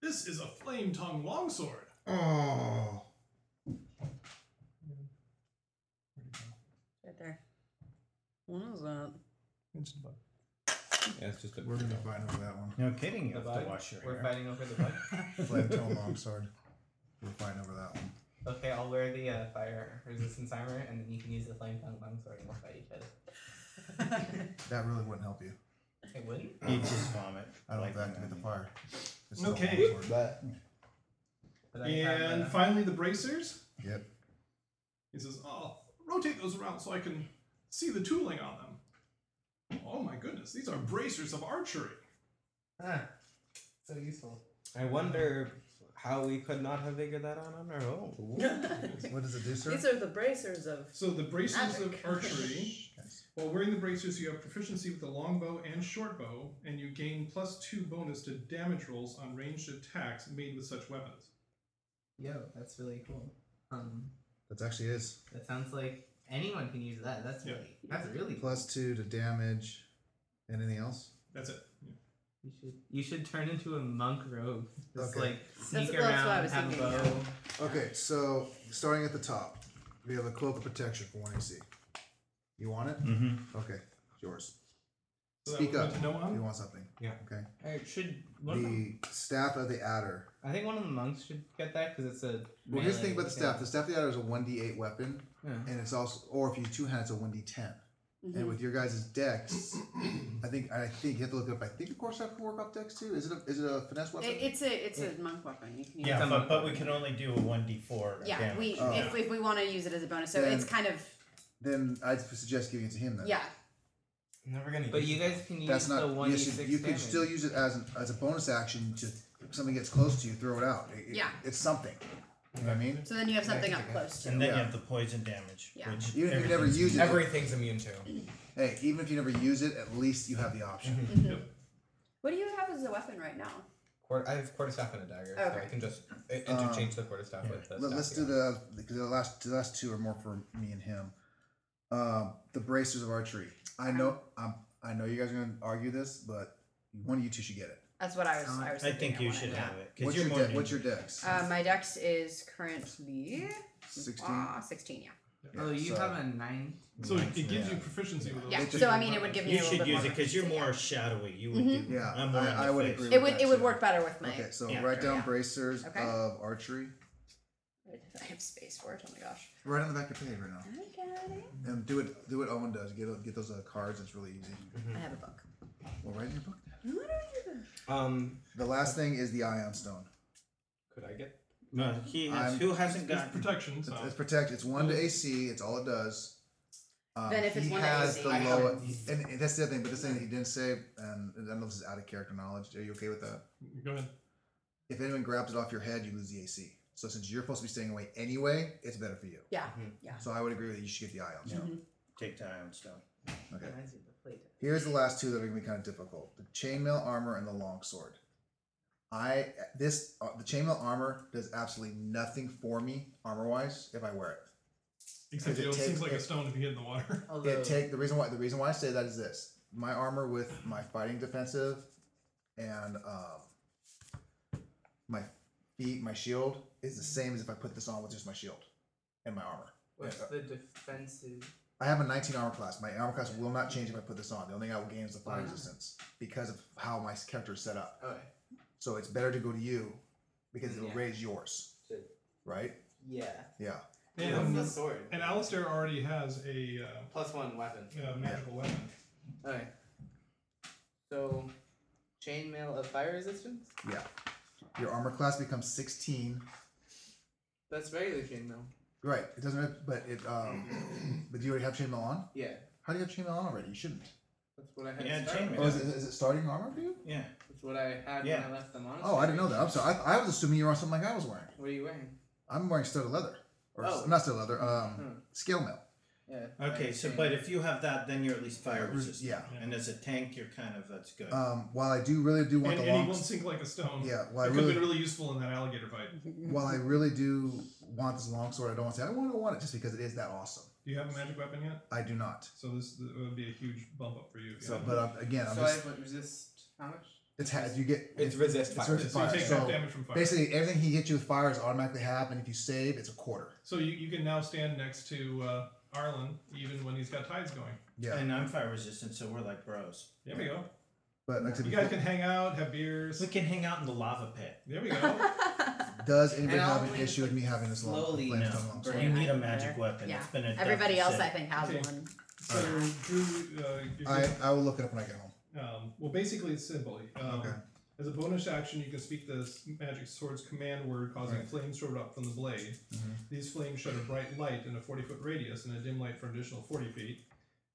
[SPEAKER 4] This is a flame tongue longsword.
[SPEAKER 1] Oh.
[SPEAKER 5] Right there. What is that?
[SPEAKER 8] Yeah, it's just a.
[SPEAKER 1] We're gonna fight over that one.
[SPEAKER 3] no kidding, you
[SPEAKER 7] The
[SPEAKER 3] have to
[SPEAKER 7] bug?
[SPEAKER 3] wash your
[SPEAKER 7] We're
[SPEAKER 3] hair.
[SPEAKER 7] fighting over the bug.
[SPEAKER 1] Flame tone longsword. We're fighting over that one.
[SPEAKER 7] Okay, I'll wear the uh, fire resistance armor, and then you can use the flame tongue longsword and we'll fight each other.
[SPEAKER 1] That really wouldn't help you.
[SPEAKER 7] It wouldn't.
[SPEAKER 3] You just vomit.
[SPEAKER 1] I don't
[SPEAKER 3] like
[SPEAKER 1] have to activate the fire. It's still
[SPEAKER 4] Okay.
[SPEAKER 1] longsword. But
[SPEAKER 7] But I have,
[SPEAKER 4] And
[SPEAKER 7] uh,
[SPEAKER 4] finally, the bracers.
[SPEAKER 1] yep.
[SPEAKER 4] He says, Oh, rotate those around so I can see the tooling on them. Oh my goodness, these are bracers of archery.
[SPEAKER 7] ah, so useful.
[SPEAKER 8] I wonder how we could not have figured that out on our own.
[SPEAKER 1] What does it do, sir?
[SPEAKER 5] These are the bracers of.
[SPEAKER 4] So the bracers of
[SPEAKER 5] Magic.
[SPEAKER 4] archery.
[SPEAKER 1] Yes.
[SPEAKER 4] While wearing the bracers, you have proficiency with the longbow and shortbow, and you gain plus two bonus to damage rolls on ranged attacks made with such weapons.
[SPEAKER 7] Yo, that's really cool. Um,
[SPEAKER 1] That actually is
[SPEAKER 7] that sounds like anyone can use that. That's
[SPEAKER 4] Yeah.
[SPEAKER 7] really, that's really cool.
[SPEAKER 1] plus two to damage. Anything else?
[SPEAKER 4] That's it. Yeah.
[SPEAKER 7] You should, you should turn into a monk robe. Just
[SPEAKER 1] Okay.
[SPEAKER 7] like sneak
[SPEAKER 5] that's what
[SPEAKER 7] around,
[SPEAKER 5] I was
[SPEAKER 7] have a
[SPEAKER 5] thinking,
[SPEAKER 7] bow.
[SPEAKER 5] yeah.
[SPEAKER 1] Okay, so starting at the top, we have a cloak of protection for one AC. You want it?
[SPEAKER 3] Mm-hmm.
[SPEAKER 1] Okay, it's yours.
[SPEAKER 4] So that
[SPEAKER 1] Speak
[SPEAKER 4] one
[SPEAKER 1] up.
[SPEAKER 4] went to No
[SPEAKER 1] If you
[SPEAKER 4] one?
[SPEAKER 1] want something?
[SPEAKER 8] Yeah.
[SPEAKER 1] Okay.
[SPEAKER 7] I should. One of the,
[SPEAKER 1] The staff of the adder.
[SPEAKER 7] I think one of the monks should get that because it's a.
[SPEAKER 1] Well, here's the thing
[SPEAKER 7] melee
[SPEAKER 1] about the
[SPEAKER 7] thing.
[SPEAKER 1] staff. The staff of the adder is a one d8 weapon,
[SPEAKER 7] Yeah.
[SPEAKER 1] and it's also, or if you two hand, it's a one d10.
[SPEAKER 9] Mm-hmm.
[SPEAKER 1] and with your guys' decks, I think I think you have to look up. I think of course I have to work up decks too. Is it a, is it a finesse weapon?
[SPEAKER 9] It, it's a it's a monk weapon. You can use
[SPEAKER 3] Yeah,
[SPEAKER 9] it.
[SPEAKER 3] but, but we can only do a one d four.
[SPEAKER 9] yeah. We
[SPEAKER 1] Oh.
[SPEAKER 9] if, if we want to use it as a bonus, so
[SPEAKER 1] Then-
[SPEAKER 9] it's kind of
[SPEAKER 1] then I'd suggest giving it to him then.
[SPEAKER 9] yeah.
[SPEAKER 8] I'm never gonna.
[SPEAKER 7] But
[SPEAKER 8] use
[SPEAKER 7] you
[SPEAKER 8] it.
[SPEAKER 7] guys can use
[SPEAKER 1] That's
[SPEAKER 7] the
[SPEAKER 1] not.
[SPEAKER 7] one
[SPEAKER 1] you
[SPEAKER 7] d
[SPEAKER 1] should-
[SPEAKER 7] six
[SPEAKER 1] you
[SPEAKER 7] damage.
[SPEAKER 1] could still use it as an, as a bonus action to if something gets close to you, throw it out. It- it-
[SPEAKER 9] Yeah.
[SPEAKER 1] It's something. You know what I mean,
[SPEAKER 9] So then you have something up close to.
[SPEAKER 3] And then
[SPEAKER 1] Yeah.
[SPEAKER 3] you have the poison damage,
[SPEAKER 9] Yeah.
[SPEAKER 3] which
[SPEAKER 1] even if you never
[SPEAKER 3] everything's-
[SPEAKER 1] use it,
[SPEAKER 8] Everything's immune to.
[SPEAKER 1] hey, even if you never use it, at least you have the option.
[SPEAKER 9] What do you have as a weapon right now?
[SPEAKER 8] Quar- I have quarterstaff and a dagger, so
[SPEAKER 9] Okay.
[SPEAKER 8] I can just uh, interchange the quarterstaff with the.
[SPEAKER 1] Let,
[SPEAKER 8] staff
[SPEAKER 1] us do
[SPEAKER 8] again.
[SPEAKER 1] the because the last the last two are more for me and him. Um, the bracers of archery. I know
[SPEAKER 9] Uh-huh.
[SPEAKER 1] I'm, I know you guys are going to argue this, but one of you two should get it.
[SPEAKER 9] That's what I was. I was.
[SPEAKER 3] I
[SPEAKER 9] thinking
[SPEAKER 3] think you
[SPEAKER 9] wanted.
[SPEAKER 3] should have it because
[SPEAKER 1] What's
[SPEAKER 3] you're
[SPEAKER 1] your
[SPEAKER 3] more.
[SPEAKER 1] de- what's your dex?
[SPEAKER 9] Uh, my dex is currently
[SPEAKER 1] Sixteen.
[SPEAKER 9] ah, 16, yeah.
[SPEAKER 7] Oh,
[SPEAKER 1] Yeah,
[SPEAKER 7] you
[SPEAKER 1] so-
[SPEAKER 7] have a nine.
[SPEAKER 4] So it, it gives
[SPEAKER 1] Yeah.
[SPEAKER 4] you proficiency with those.
[SPEAKER 9] Yeah,
[SPEAKER 4] two
[SPEAKER 9] so I mean, it would
[SPEAKER 4] weapons.
[SPEAKER 9] give me
[SPEAKER 3] you
[SPEAKER 9] a little
[SPEAKER 3] should
[SPEAKER 9] bit
[SPEAKER 3] use
[SPEAKER 9] more
[SPEAKER 3] it because you're
[SPEAKER 9] proficiency,
[SPEAKER 3] more shadowy. You would do.
[SPEAKER 1] Yeah,
[SPEAKER 3] I'm more
[SPEAKER 1] I-
[SPEAKER 3] in the
[SPEAKER 1] I would
[SPEAKER 3] face.
[SPEAKER 1] agree.
[SPEAKER 9] yeah. It would it would
[SPEAKER 1] Gotcha.
[SPEAKER 9] work better with my.
[SPEAKER 1] Okay, so
[SPEAKER 3] Yeah.
[SPEAKER 1] write down
[SPEAKER 9] Yeah.
[SPEAKER 1] bracers
[SPEAKER 9] Okay.
[SPEAKER 1] of archery.
[SPEAKER 9] I have space for it. Oh my gosh.
[SPEAKER 1] Right on the back of the page right now,
[SPEAKER 9] I got it.
[SPEAKER 1] and do it do what Owen does. Get get those uh, cards. It's really easy.
[SPEAKER 9] I have a book.
[SPEAKER 1] Well, write in your book. then.
[SPEAKER 9] What are you doing?
[SPEAKER 8] Um,
[SPEAKER 1] The last thing is the ion stone.
[SPEAKER 8] could I get?
[SPEAKER 3] No, he has,
[SPEAKER 1] I'm-
[SPEAKER 3] who hasn't
[SPEAKER 4] It's
[SPEAKER 3] got
[SPEAKER 4] protection,
[SPEAKER 1] It's,
[SPEAKER 4] so
[SPEAKER 1] it's protect. It's one to AC. It's all it does. Um,
[SPEAKER 9] Then if it's
[SPEAKER 1] he
[SPEAKER 9] one to
[SPEAKER 1] has
[SPEAKER 9] AC.
[SPEAKER 1] the
[SPEAKER 9] I
[SPEAKER 8] have
[SPEAKER 1] low,
[SPEAKER 8] it.
[SPEAKER 1] and, and that's the other thing. But this thing that he didn't say, um, and I don't know if this is out of character knowledge. Are you okay with that?
[SPEAKER 4] go ahead.
[SPEAKER 1] If anyone grabs it off your head, you lose the AC. So since you're supposed to be staying away anyway, it's better for you.
[SPEAKER 9] Yeah.
[SPEAKER 1] So I would agree with you. You should get the eye on. stone.
[SPEAKER 3] take the iron stone.
[SPEAKER 1] Okay. Here's the last two that are gonna be kind of difficult: the chainmail armor and the longsword. I this uh, the chainmail armor does absolutely nothing for me armor wise if I wear it.
[SPEAKER 4] Except
[SPEAKER 1] it
[SPEAKER 4] it,
[SPEAKER 1] takes-
[SPEAKER 4] seems like
[SPEAKER 1] it-
[SPEAKER 4] a stone if you get in the water.
[SPEAKER 1] It take the reason why the reason why I say that is this: my armor with my fighting defensive, and um, my feet, my shield is the same as if I put this on with just my shield and my armor.
[SPEAKER 7] What's
[SPEAKER 1] Yeah.
[SPEAKER 7] the defensive?
[SPEAKER 1] I have a 19 armor class. My armor class will not change if I put this on. The only thing I will gain is the fire
[SPEAKER 7] Why not?
[SPEAKER 1] resistance because of how my character is set up.
[SPEAKER 7] Okay.
[SPEAKER 1] So it's better to go to you because it'll
[SPEAKER 7] Yeah.
[SPEAKER 1] raise yours,
[SPEAKER 7] Good.
[SPEAKER 1] right?
[SPEAKER 7] Yeah.
[SPEAKER 1] Yeah.
[SPEAKER 4] And,
[SPEAKER 7] What's the sword?
[SPEAKER 4] and Alistair already has a
[SPEAKER 7] Plus one weapon.
[SPEAKER 4] uh, uh, magical weapon.
[SPEAKER 7] Okay. So, chainmail of fire resistance?
[SPEAKER 1] Yeah. Your armor class becomes 16
[SPEAKER 7] That's regular chainmail.
[SPEAKER 1] Right. It doesn't. Have, but it. Um, but do you already have chainmail on?
[SPEAKER 7] Yeah.
[SPEAKER 1] How do you have chainmail on already? You shouldn't.
[SPEAKER 7] That's what I had.
[SPEAKER 3] Yeah,
[SPEAKER 7] to start with.
[SPEAKER 1] Oh, is it, is it starting armor for you?
[SPEAKER 3] Yeah.
[SPEAKER 7] That's what I had
[SPEAKER 3] Yeah.
[SPEAKER 7] when I left the monastery.
[SPEAKER 1] Oh, I didn't know that. I'm sorry. I, I was assuming you were on something like I was wearing.
[SPEAKER 7] What are you wearing?
[SPEAKER 1] I'm wearing studded leather, or s-
[SPEAKER 7] Oh.
[SPEAKER 1] not studded leather. Um,
[SPEAKER 7] Hmm.
[SPEAKER 1] scale mail.
[SPEAKER 7] Yeah.
[SPEAKER 3] Okay, so but if you have that, then you're at least fire
[SPEAKER 1] Res-
[SPEAKER 3] resistant.
[SPEAKER 1] yeah.
[SPEAKER 3] And as a tank, you're kind of that's good.
[SPEAKER 1] Um, while I do really do want the
[SPEAKER 4] And, and
[SPEAKER 1] long.
[SPEAKER 4] he won't sink like a stone.
[SPEAKER 1] Yeah, well, I
[SPEAKER 4] It could have
[SPEAKER 1] really-
[SPEAKER 4] been really useful in that alligator fight.
[SPEAKER 1] While I really do want this long sword, I don't want to say I want to want it just because it is that awesome.
[SPEAKER 4] Do you have a magic weapon yet?
[SPEAKER 1] I do not.
[SPEAKER 4] So this th- would be a huge bump up for you. if you
[SPEAKER 1] So,
[SPEAKER 4] had
[SPEAKER 1] but uh,
[SPEAKER 4] it.
[SPEAKER 1] I'm, again, I'm
[SPEAKER 7] so
[SPEAKER 1] just
[SPEAKER 7] I would resist how much?
[SPEAKER 1] it's ha- you get
[SPEAKER 8] It's resist
[SPEAKER 1] it's
[SPEAKER 8] fire.
[SPEAKER 1] resist
[SPEAKER 4] so you
[SPEAKER 1] fire.
[SPEAKER 4] take half
[SPEAKER 1] So
[SPEAKER 4] damage from fire.
[SPEAKER 1] basically, everything he hits you with fire is automatically half, and if you save, it's a quarter.
[SPEAKER 4] so you, you can now stand next to uh, Arlen even when he's got tides going.
[SPEAKER 1] Yeah,
[SPEAKER 3] And I'm fire resistant, so we're like bros.
[SPEAKER 4] There we go.
[SPEAKER 1] but like I said
[SPEAKER 4] You guys
[SPEAKER 1] before,
[SPEAKER 4] can hang out, have beers.
[SPEAKER 3] We can hang out in the lava pit.
[SPEAKER 4] There we go.
[SPEAKER 1] Does anybody
[SPEAKER 7] And I'll
[SPEAKER 1] have an
[SPEAKER 7] wait
[SPEAKER 1] issue with me having this long
[SPEAKER 7] slowly
[SPEAKER 1] flame
[SPEAKER 3] No,
[SPEAKER 1] tongue long
[SPEAKER 3] but
[SPEAKER 1] sword?
[SPEAKER 3] you
[SPEAKER 9] Yeah.
[SPEAKER 3] need a magic weapon.
[SPEAKER 9] Yeah.
[SPEAKER 3] It's been a
[SPEAKER 9] Everybody else, I
[SPEAKER 3] deficit.
[SPEAKER 9] think, has
[SPEAKER 4] Okay.
[SPEAKER 9] one.
[SPEAKER 4] So Drew, uh, you
[SPEAKER 1] I,
[SPEAKER 4] can-
[SPEAKER 1] I will look it up when I get home.
[SPEAKER 4] um, well, basically it's simple. Um,
[SPEAKER 1] Okay.
[SPEAKER 4] As a bonus action, you can speak the s- magic sword's command word, causing
[SPEAKER 1] Right. Mm-hmm.
[SPEAKER 4] flames to erupt from the blade. These flames shed a bright light in a 40 foot radius and a dim light for an additional 40 feet.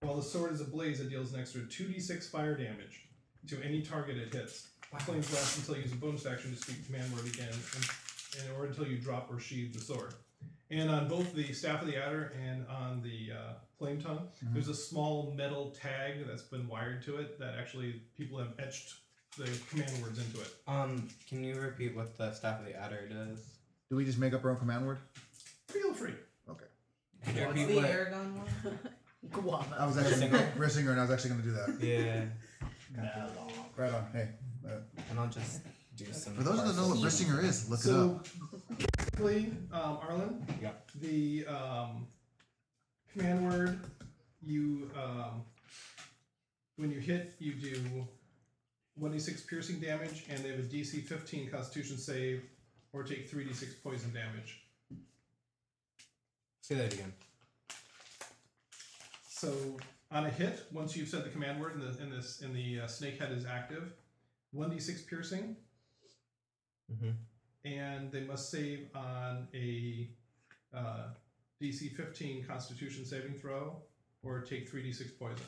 [SPEAKER 4] While the sword is ablaze, it deals an extra 2d6 fire damage to any target it hits. The flames last until you use a bonus action to speak command word again, and, and, or until you drop or sheathe the sword. And on both the staff of the adder and on the uh, flame tongue, there's a small metal tag that's been wired to it that actually people have etched the command words into it.
[SPEAKER 8] Um, can you repeat what the staff of the adder does?
[SPEAKER 1] Do we just make up our own command word?
[SPEAKER 4] Feel free.
[SPEAKER 8] Could you
[SPEAKER 7] What's
[SPEAKER 8] repeat
[SPEAKER 7] the
[SPEAKER 8] what?
[SPEAKER 7] Aragon one?
[SPEAKER 1] I
[SPEAKER 9] Guava.
[SPEAKER 1] was actually
[SPEAKER 8] Rissinger.
[SPEAKER 1] Rissinger, and I was actually going to do that.
[SPEAKER 8] Yeah,
[SPEAKER 1] Right on. Hey,
[SPEAKER 8] and I'll just do some.
[SPEAKER 1] for those that don't know what
[SPEAKER 8] parcel.
[SPEAKER 1] Rissinger is, look it
[SPEAKER 4] So,
[SPEAKER 1] up.
[SPEAKER 4] basically, um, Arlen,
[SPEAKER 8] Yeah.
[SPEAKER 4] the um, command word, you um, when you hit, you do 1d6 piercing damage, and they have a DC 15 Constitution save, or take 3d6 poison damage.
[SPEAKER 8] Say that again.
[SPEAKER 4] So, uh, On a hit, once you've said the command word and the and this and the uh, snake head is active, one d six piercing,
[SPEAKER 8] Mhm.
[SPEAKER 4] and they must save on a uh, DC fifteen Constitution saving throw or take three d six poison.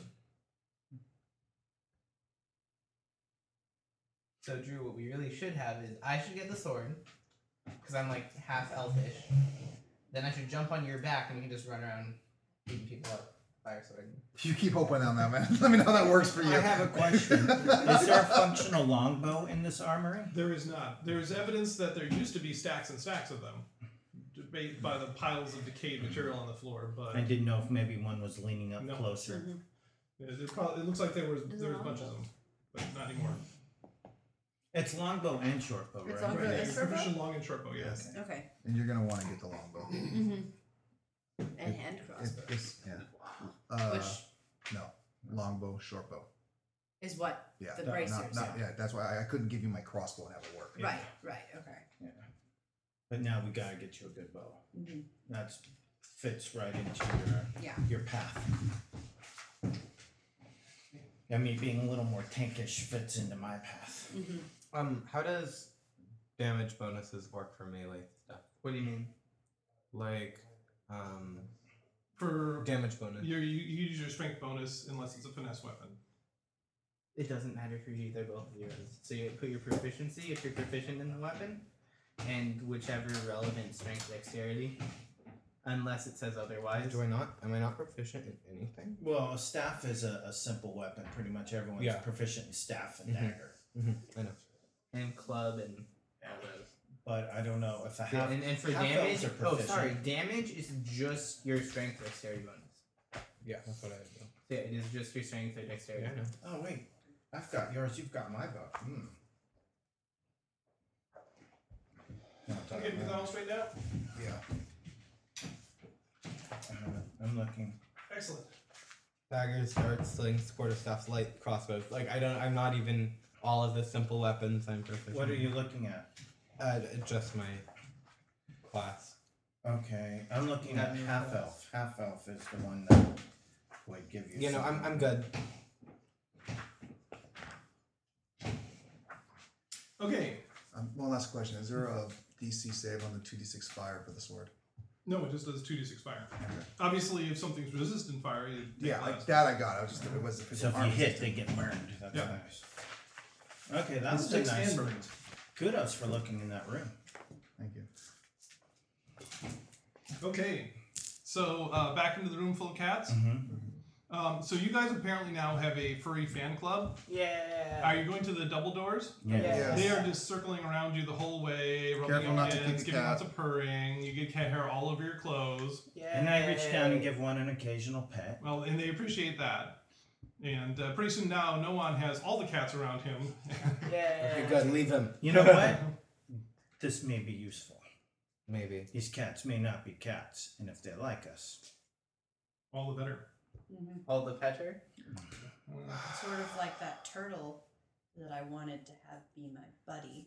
[SPEAKER 7] So Drew, what we really should have is I should get the sword because I'm like half elfish. Then I should jump on your back and we can just run around beating people up. Fire sword.
[SPEAKER 1] You keep hoping on that, man. Let me know how that works for you.
[SPEAKER 3] I have a question. Is there a functional longbow in this armory?
[SPEAKER 4] There is not. There is evidence that there used to be stacks and stacks of them, debate by the piles of decayed material on the floor. But
[SPEAKER 3] I didn't know if maybe one was leaning up
[SPEAKER 4] No.
[SPEAKER 3] closer.
[SPEAKER 4] Yeah, there probably, it looks like there was
[SPEAKER 9] Is it
[SPEAKER 4] there was
[SPEAKER 9] on?
[SPEAKER 4] a bunch of them, but not anymore.
[SPEAKER 3] It's longbow and shortbow,
[SPEAKER 9] It's
[SPEAKER 3] right?
[SPEAKER 9] longbow.
[SPEAKER 4] Right,
[SPEAKER 9] and
[SPEAKER 4] it's
[SPEAKER 9] shortbow?
[SPEAKER 4] proficient long and shortbow, yes.
[SPEAKER 9] Okay.
[SPEAKER 1] and you're gonna want to get the longbow.
[SPEAKER 9] Mm-hmm. And hand
[SPEAKER 1] It,
[SPEAKER 9] crossbow.
[SPEAKER 1] it's, yeah. Uh,
[SPEAKER 9] Which
[SPEAKER 1] no, longbow, shortbow.
[SPEAKER 9] is what?
[SPEAKER 1] Yeah,
[SPEAKER 9] The
[SPEAKER 1] not-
[SPEAKER 9] bracers,
[SPEAKER 1] Not,
[SPEAKER 9] yeah.
[SPEAKER 1] yeah, that's why I, I couldn't give you my crossbow and have it work.
[SPEAKER 3] Yeah.
[SPEAKER 9] Right, right, okay.
[SPEAKER 3] Yeah. But now we gotta get you a good bow.
[SPEAKER 9] Mhm.
[SPEAKER 3] That fits right into your
[SPEAKER 9] Yeah.
[SPEAKER 3] your path. I mean, being a little more tankish fits into my path.
[SPEAKER 8] Um, how does damage bonuses work for melee stuff?
[SPEAKER 7] What do you mean?
[SPEAKER 8] Like, um,
[SPEAKER 4] For
[SPEAKER 8] damage bonus.
[SPEAKER 4] your, you you use your strength bonus unless it's a finesse weapon.
[SPEAKER 7] It doesn't matter for you, they're both zeros. So you put your proficiency if you're proficient in the weapon, and whichever relevant strength dexterity, unless it says otherwise.
[SPEAKER 8] Do I not? Am I not proficient in anything?
[SPEAKER 3] Well, a staff is a, a simple weapon. Pretty much everyone's
[SPEAKER 8] Yeah.
[SPEAKER 3] proficient in staff and
[SPEAKER 8] Mhm.
[SPEAKER 7] Mm-hmm.
[SPEAKER 3] dagger.
[SPEAKER 8] I know.
[SPEAKER 7] And club and all those.
[SPEAKER 3] But I don't know if a half.
[SPEAKER 7] and, and for
[SPEAKER 3] half elves
[SPEAKER 7] damage,
[SPEAKER 3] are
[SPEAKER 7] oh
[SPEAKER 3] proficient.
[SPEAKER 7] sorry, damage is just your strength dexterity bonus.
[SPEAKER 8] Yeah, that's what I do.
[SPEAKER 7] So yeah, it is just your strength or dexterity.
[SPEAKER 8] Yeah, I know.
[SPEAKER 3] Oh wait, I've got yours. You've got my bow. Hmm. No, I'm
[SPEAKER 4] I'm
[SPEAKER 3] talking
[SPEAKER 4] getting to the
[SPEAKER 3] about-
[SPEAKER 4] house right now.
[SPEAKER 3] Yeah. I'm looking.
[SPEAKER 4] Excellent.
[SPEAKER 8] Daggers, darts, slings, quarterstaffs, light crossbows. Like I don't. I'm not even all of the simple weapons. I'm proficient.
[SPEAKER 3] What are you looking at?
[SPEAKER 8] Uh, just my class.
[SPEAKER 3] Okay, I'm looking at half elf. Half elf is the one that would give you.
[SPEAKER 8] You know, I'm,
[SPEAKER 3] something.
[SPEAKER 8] I'm good.
[SPEAKER 4] Okay.
[SPEAKER 1] Um, one last question: Is there a DC save on the two D six fire for the sword?
[SPEAKER 4] No, it just does 2d6 fire. Obviously, if something's resistant fire, you take
[SPEAKER 1] Yeah, like
[SPEAKER 4] less.
[SPEAKER 1] that I got. I was just it was
[SPEAKER 3] So if you hit, they get burned. That's
[SPEAKER 4] Yeah.
[SPEAKER 3] nice. Okay,
[SPEAKER 4] This
[SPEAKER 3] that's a
[SPEAKER 4] takes
[SPEAKER 3] nice.
[SPEAKER 4] hand burns.
[SPEAKER 3] Kudos for looking in that room.
[SPEAKER 1] Thank you.
[SPEAKER 4] Okay. So uh, back into the room full of cats.
[SPEAKER 3] Mm-hmm.
[SPEAKER 4] Um, so you guys apparently now have a furry fan club.
[SPEAKER 7] Yeah.
[SPEAKER 4] Are you going to the double doors?
[SPEAKER 1] Yes.
[SPEAKER 4] They are just circling around you the whole way, rubbing
[SPEAKER 1] Careful
[SPEAKER 4] your
[SPEAKER 1] not to kick
[SPEAKER 4] hands,
[SPEAKER 1] the
[SPEAKER 4] giving
[SPEAKER 1] cat.
[SPEAKER 4] lots of purring. You get cat hair all over your clothes.
[SPEAKER 3] And I reach down and give one an occasional pet.
[SPEAKER 4] Well, and they appreciate that. And uh, pretty soon now, no one has all the cats around him.
[SPEAKER 8] Okay,
[SPEAKER 7] Yeah.
[SPEAKER 8] good. Leave him.
[SPEAKER 3] You know what? This may be useful.
[SPEAKER 8] Maybe.
[SPEAKER 3] These cats may not be cats, and if they like us,
[SPEAKER 4] all the better.
[SPEAKER 7] All the petter.
[SPEAKER 9] Sort of like that turtle that I wanted to have be my buddy.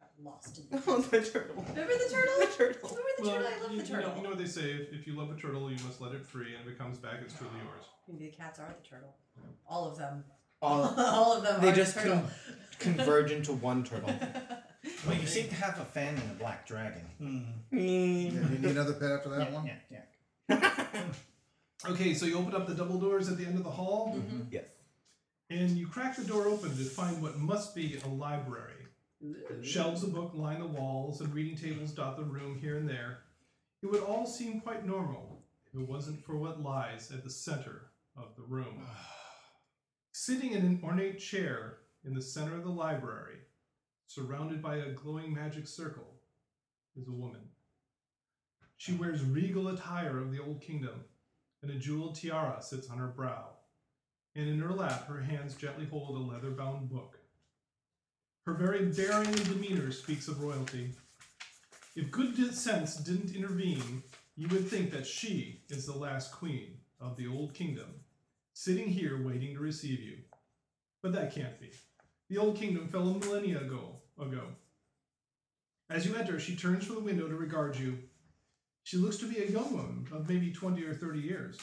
[SPEAKER 9] Got lost in the
[SPEAKER 7] the turtle.
[SPEAKER 9] Remember the turtle?
[SPEAKER 7] The turtle.
[SPEAKER 9] Remember the turtle? I love
[SPEAKER 4] you,
[SPEAKER 9] the
[SPEAKER 4] you know,
[SPEAKER 9] turtle.
[SPEAKER 4] you know what they say: if, if you love a turtle, you must let it free, and if it comes back, it's truly yours.
[SPEAKER 9] Maybe the cats are the turtle. All of them.
[SPEAKER 8] All
[SPEAKER 9] All of them
[SPEAKER 8] they
[SPEAKER 9] are
[SPEAKER 8] just
[SPEAKER 9] the turtle.
[SPEAKER 8] con- converge into one turtle.
[SPEAKER 3] well, you seem to have a fan in a black dragon.
[SPEAKER 1] Yeah, you need another pet after that
[SPEAKER 3] Yeah,
[SPEAKER 1] one.
[SPEAKER 3] yeah, yeah.
[SPEAKER 4] Okay, so you open up the double doors at the end of the hall,
[SPEAKER 8] yes.
[SPEAKER 4] and you crack the door open to find what must be a library. Shelves of books line the walls, and reading tables dot the room here and there. It would all seem quite normal if it wasn't for what lies at the center of the room. Sitting in an ornate chair in the center of the library, surrounded by a glowing magic circle, is a woman. She wears regal attire of the Old Kingdom, and a jeweled tiara sits on her brow. And in her lap, her hands gently hold a leather bound book. Her very bearing and demeanor speaks of royalty. If good di- sense didn't intervene, you would think that she is the last queen of the Old Kingdom, sitting here waiting to receive you. But that can't be. The Old Kingdom fell a millennia ago. ago. As you enter, she turns from the window to regard you. She looks to be a young woman of maybe 20 or 30 years,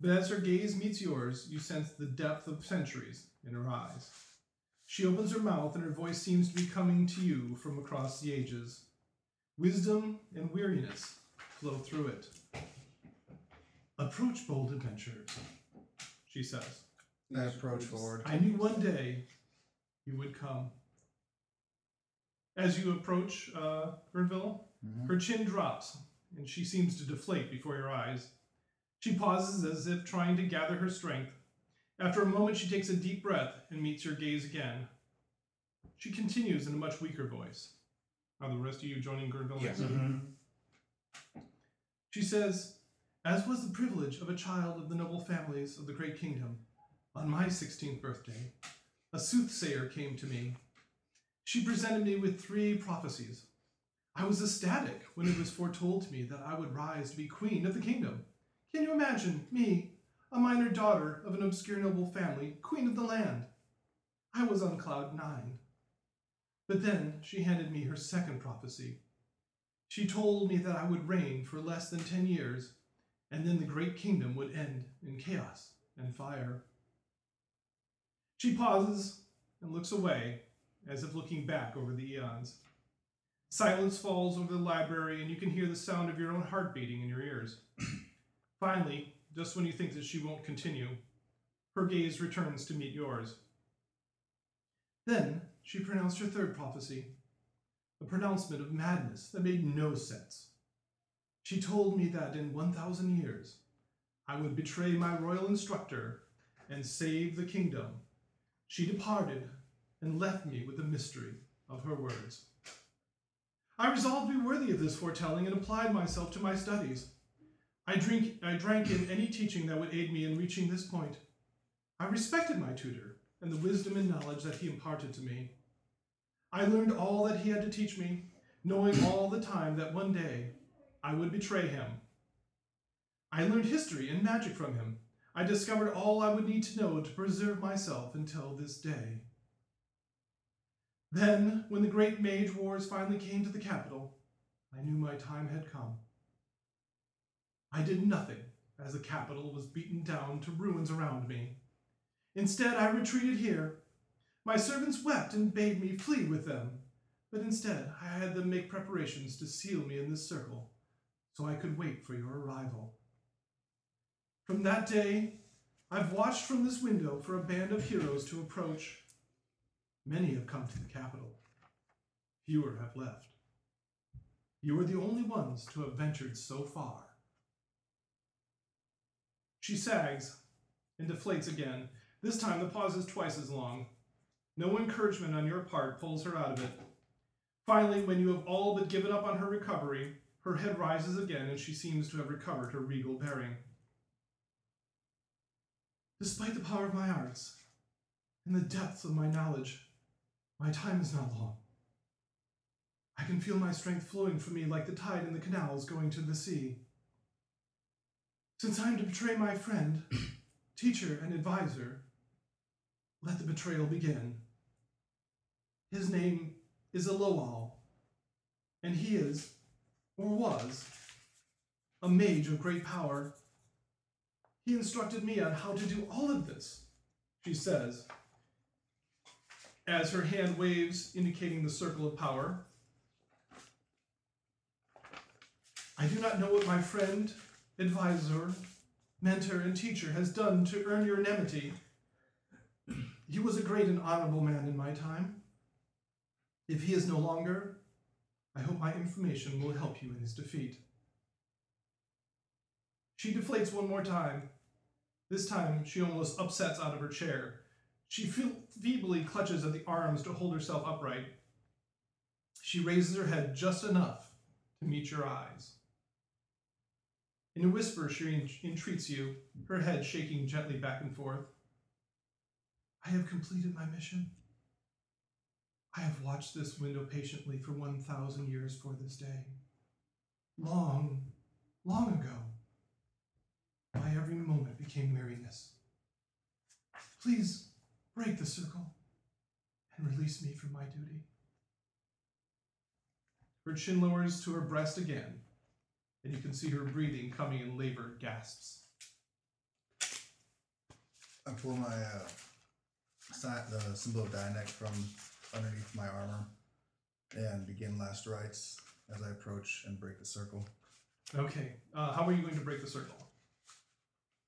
[SPEAKER 4] But as her gaze meets yours, you sense the depth of centuries in her eyes. She opens her mouth, and her voice seems to be coming to you from across the ages. Wisdom and weariness flow through it. Approach bold adventures, she says.
[SPEAKER 1] I approach forward.
[SPEAKER 4] I knew one day you would come. As you approach uh, Vernville, her chin drops, and she seems to deflate before your eyes. She pauses as if trying to gather her strength. After a moment, she takes a deep breath and meets your gaze again. She continues in a much weaker voice. Are the rest of you joining Grenville?
[SPEAKER 1] Yeah.
[SPEAKER 4] She says, As was the privilege of a child of the noble families of the great kingdom, on my 16th birthday, a soothsayer came to me. She presented me with three prophecies. I was ecstatic when it was foretold to me that I would rise to be queen of the kingdom. Can you imagine me, a minor daughter of an obscure noble family, queen of the land? I was on cloud nine. But then she handed me her second prophecy. She told me that I would reign for less than ten years, and then the great kingdom would end in chaos and fire. She pauses and looks away, as if looking back over the eons. Silence falls over the library, and you can hear the sound of your own heart beating in your ears. Finally, just when you think that she won't continue, her gaze returns to meet yours. Then she pronounced her third prophecy, a pronouncement of madness that made no sense. She told me that in 1,000 years, I would betray my royal instructor and save the kingdom. She departed and left me with the mystery of her words. I resolved to be worthy of this foretelling and applied myself to my studies. I drink I drank in any teaching that would aid me in reaching this point. I respected my tutor and the wisdom and knowledge that he imparted to me. I learned all that he had to teach me, knowing all the time that one day I would betray him. I learned history and magic from him. I discovered all I would need to know to preserve myself until this day. Then, when the great mage wars finally came to the capital, I knew my time had come. I did nothing as the capital was beaten down to ruins around me. Instead, I retreated here. My servants wept and bade me flee with them, but instead I had them make preparations to seal me in this circle so I could wait for your arrival. From that day, I've watched from this window for a band of heroes to approach. Many have come to the capital. Fewer have left. You are the only ones to have ventured so far. She sags and deflates again. This time the pause is twice as long. No encouragement on your part pulls her out of it. Finally, when you have all but given up on her recovery, her head rises again and she seems to have recovered her regal bearing. Despite the power of my arts, in the depths of my knowledge, my time is not long. I can feel my strength flowing from me like the tide in the canals going to the sea. Since I am to betray my friend, teacher, and advisor, let the betrayal begin. His name is Aloal, and he is, or was, a mage of great power. He instructed me on how to do all of this, she says, as her hand waves, indicating the circle of power. I do not know what my friend, advisor, mentor, and teacher has done to earn your enmity. He was a great and honorable man in my time. If he is no longer, I hope my information will help you in his defeat. She deflates one more time. This time, she almost upsets out of her chair. She fe- feebly clutches at the arms to hold herself upright. She raises her head just enough to meet your eyes. In a whisper, she en- entreats you, her head shaking gently back and forth. I have completed my mission. I have watched this window patiently for 1,000 years for this day. Long, long ago, my every moment became weariness. Please break the circle and release me from my duty. Her chin lowers to her breast again, and you can see her breathing coming in labored gasps.
[SPEAKER 1] I pull my uh, si- the symbol of Dianec from underneath my armor and begin last rites as I approach and break the circle.
[SPEAKER 4] Okay. Uh, how are you going to break the circle?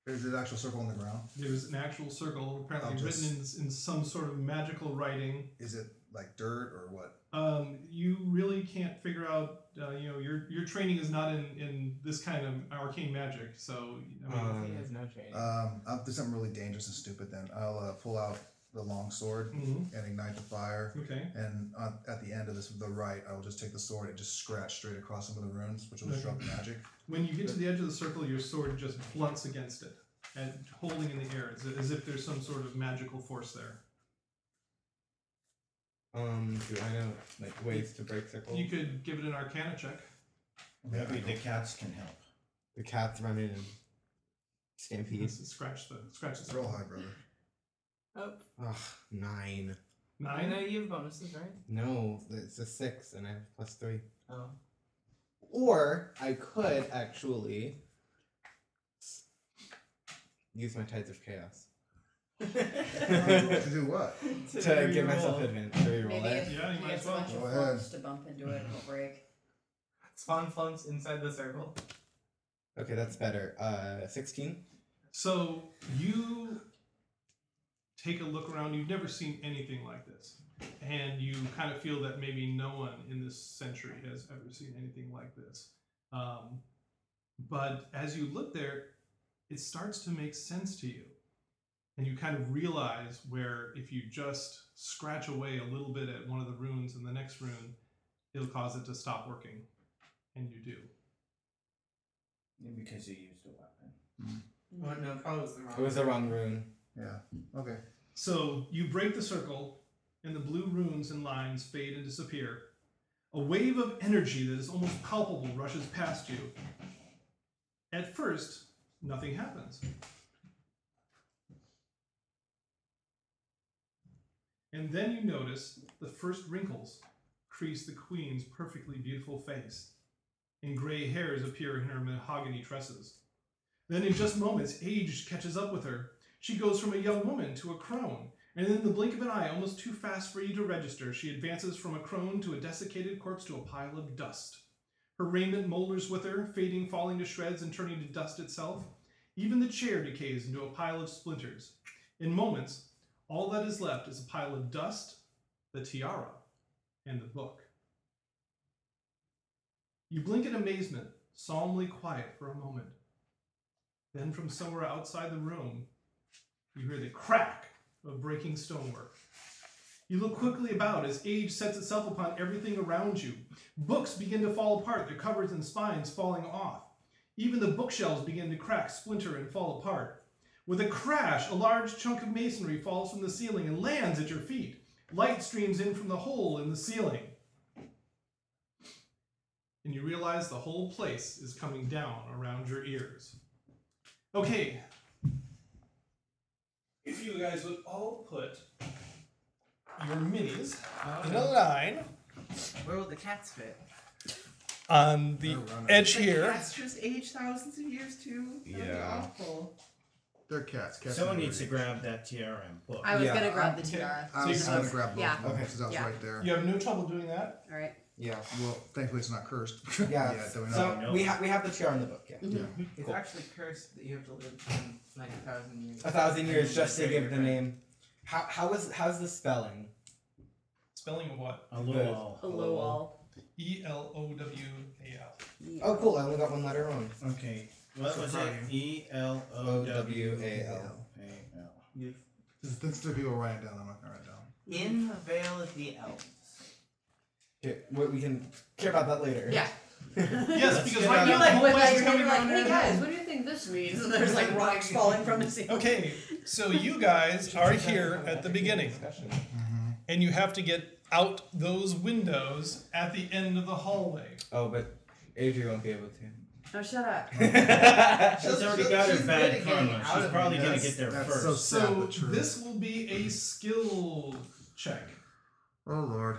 [SPEAKER 1] Is it an actual circle on the ground?
[SPEAKER 4] There's an actual circle apparently
[SPEAKER 1] I'll just-
[SPEAKER 4] written in, in some sort of magical writing.
[SPEAKER 1] Is it like dirt or what?
[SPEAKER 4] Um, you really can't figure out. Uh, you know, your your training is not in in this kind of arcane magic. So I mean,
[SPEAKER 1] Uh,
[SPEAKER 7] He
[SPEAKER 8] Um,
[SPEAKER 7] has no training.
[SPEAKER 1] Um, I'll do something really dangerous and stupid then. I'll uh, pull out the long sword
[SPEAKER 3] Mm-hmm.
[SPEAKER 4] mhm,
[SPEAKER 1] and ignite the fire.
[SPEAKER 4] okay,
[SPEAKER 1] And on, at the end of this, the right, I will just take the sword and just scratch straight across some of the runes, which will disrupt
[SPEAKER 3] Mm-hmm.
[SPEAKER 1] magic.
[SPEAKER 4] when you get to the edge of the circle, your sword just blunts against it and holding in the air as, as if there's some sort of magical force there.
[SPEAKER 8] Um, do I know like ways to break circles?
[SPEAKER 1] Oh.
[SPEAKER 4] You could give it an Arcana check.
[SPEAKER 3] Maybe the cats can help.
[SPEAKER 8] the cat's running and stampedes.
[SPEAKER 4] Scratch the scratch the
[SPEAKER 1] Roll
[SPEAKER 4] circle.
[SPEAKER 1] high, brother.
[SPEAKER 7] Oh.
[SPEAKER 8] Ugh, nine.
[SPEAKER 7] I know
[SPEAKER 4] Nine.
[SPEAKER 7] you have bonuses, right?
[SPEAKER 8] No, it's a six, and I have plus three.
[SPEAKER 7] Oh.
[SPEAKER 8] Or I could actually use my tides of chaos
[SPEAKER 1] to
[SPEAKER 8] to
[SPEAKER 1] do what?
[SPEAKER 8] give myself advantage. eh? To reroll
[SPEAKER 9] Maybe
[SPEAKER 8] it.
[SPEAKER 9] if
[SPEAKER 4] Yeah, you
[SPEAKER 9] he
[SPEAKER 4] might
[SPEAKER 9] gets
[SPEAKER 4] as well.
[SPEAKER 9] a bunch of
[SPEAKER 1] Go ahead.
[SPEAKER 9] flumps to bump into it, it'll break.
[SPEAKER 7] Spawn flumps inside the circle.
[SPEAKER 8] Okay, that's better. Uh, sixteen.
[SPEAKER 4] So you take a look around. You've never seen anything like this, and you kind of feel that maybe no one in this century has ever seen anything like this. Um, but as you look there, it starts to make sense to you, and you kind of realize where if you just scratch away a little bit at one of the runes and the next rune, it'll cause it to stop working, and you do.
[SPEAKER 3] Yeah, Because you used a weapon.
[SPEAKER 4] Oh,
[SPEAKER 7] Well, no, probably was the wrong.
[SPEAKER 8] It was the wrong rune.
[SPEAKER 1] Yeah. Okay.
[SPEAKER 4] So you break the circle, and the blue runes and lines fade and disappear. A wave of energy that is almost palpable rushes past you. At first, nothing happens. And then you notice the first wrinkles crease the queen's perfectly beautiful face, and gray hairs appear in her mahogany tresses. Then, in just moments, age catches up with her. She goes from a young woman to a crone, and in the blink of an eye, almost too fast for you to register, she advances from a crone to a desiccated corpse to a pile of dust. Her raiment molders with her, fading, falling to shreds, and turning to dust itself. Even the chair decays into a pile of splinters. In moments, all that is left is a pile of dust, the tiara, and the book. You blink in amazement, solemnly quiet for a moment. Then, from somewhere outside the room, you hear the crack of breaking stonework. You look quickly about as age sets itself upon everything around you. Books begin to fall apart, their covers and spines falling off. Even the bookshelves begin to crack, splinter, and fall apart. With a crash, a large chunk of masonry falls from the ceiling and lands at your feet. Light streams in from the hole in the ceiling. And you realize the whole place is coming down around your ears. Okay, if you guys would all put your minis on
[SPEAKER 2] In a line
[SPEAKER 7] Where will the cats fit?
[SPEAKER 2] on the edge here.
[SPEAKER 7] Cats just aged thousands of years too. That would be
[SPEAKER 6] Yeah.
[SPEAKER 7] awful.
[SPEAKER 1] They're cats. cats
[SPEAKER 3] Someone
[SPEAKER 1] never
[SPEAKER 3] needs to
[SPEAKER 1] eat.
[SPEAKER 3] grab that tiara and book.
[SPEAKER 5] I was
[SPEAKER 8] Yeah,
[SPEAKER 5] gonna grab the
[SPEAKER 4] okay.
[SPEAKER 5] tiara.
[SPEAKER 1] I was
[SPEAKER 4] So
[SPEAKER 1] going to grab both
[SPEAKER 5] yeah.
[SPEAKER 1] of them because I was
[SPEAKER 5] Yeah.
[SPEAKER 1] right there.
[SPEAKER 4] You have no trouble doing that.
[SPEAKER 5] All right.
[SPEAKER 8] Yeah.
[SPEAKER 1] Well, thankfully it's not cursed.
[SPEAKER 8] Yeah.
[SPEAKER 1] yeah so we know.
[SPEAKER 8] so we have we have the chair in the book. Yeah.
[SPEAKER 7] Mm-hmm. It's actually cursed that you have to live for like a thousand years.
[SPEAKER 8] A thousand
[SPEAKER 7] And
[SPEAKER 8] years
[SPEAKER 7] then
[SPEAKER 8] just to
[SPEAKER 7] bury
[SPEAKER 8] give
[SPEAKER 7] your
[SPEAKER 8] the
[SPEAKER 7] friend.
[SPEAKER 8] name. How how is how's the spelling?
[SPEAKER 4] Spelling of what?
[SPEAKER 3] A little all.
[SPEAKER 5] A low wall.
[SPEAKER 4] E L O W A L.
[SPEAKER 8] Oh, cool! I only got one letter wrong.
[SPEAKER 3] Okay. What
[SPEAKER 7] So
[SPEAKER 3] was
[SPEAKER 7] proud
[SPEAKER 3] it?
[SPEAKER 7] of
[SPEAKER 3] E L O W A L. A L.
[SPEAKER 7] You've-
[SPEAKER 1] Since since the people write it down, I'm not going to write it down.
[SPEAKER 7] In the Vale of the Elves.
[SPEAKER 8] Okay, we we can care about that later.
[SPEAKER 5] Yeah.
[SPEAKER 4] Yes, because
[SPEAKER 8] get
[SPEAKER 4] right
[SPEAKER 8] out
[SPEAKER 5] You
[SPEAKER 4] now
[SPEAKER 8] of
[SPEAKER 4] the
[SPEAKER 5] like
[SPEAKER 4] whole
[SPEAKER 5] whip out
[SPEAKER 4] place
[SPEAKER 5] your hand
[SPEAKER 4] is coming
[SPEAKER 5] and
[SPEAKER 4] down.
[SPEAKER 5] like,
[SPEAKER 4] on
[SPEAKER 5] hey
[SPEAKER 4] your
[SPEAKER 5] guys,
[SPEAKER 4] head."
[SPEAKER 5] what do you think this means? And there's like rocks falling from the ceiling.
[SPEAKER 2] Okay, so you guys are here at the beginning,
[SPEAKER 8] Discussion.
[SPEAKER 2] Mm-hmm.
[SPEAKER 4] and you have to get out those windows at the end of the hallway.
[SPEAKER 8] Oh, but Adri won't be able to.
[SPEAKER 5] Oh, shut up.
[SPEAKER 3] She's already got her bad karma. She's probably gonna
[SPEAKER 1] That's-
[SPEAKER 3] get there
[SPEAKER 1] that's
[SPEAKER 3] first.
[SPEAKER 1] so sad,
[SPEAKER 4] So
[SPEAKER 1] but true.
[SPEAKER 4] this will be a skill check.
[SPEAKER 1] Oh, Lord.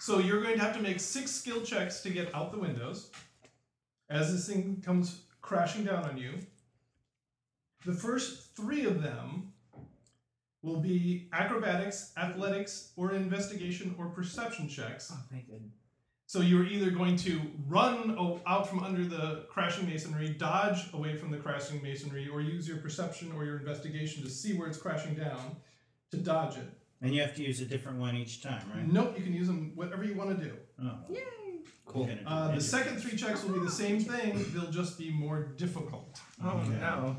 [SPEAKER 4] So you're going to have to make six skill checks to get out the windows as this thing comes crashing down on you. The first three of them will be acrobatics, athletics, or investigation or perception checks.
[SPEAKER 7] Oh, thank goodness.
[SPEAKER 4] So you're either going to run o- out from under the crashing masonry, dodge away from the crashing masonry, or use your perception or your investigation to see where it's crashing down to dodge it.
[SPEAKER 3] And you have to use a different one each time, right?
[SPEAKER 4] Nope, you can use them whatever you want to do.
[SPEAKER 3] Oh.
[SPEAKER 5] Yay!
[SPEAKER 3] Cool.
[SPEAKER 4] Uh, the second three checks will be the same thing, they'll just be more difficult.
[SPEAKER 3] Oh,
[SPEAKER 4] no.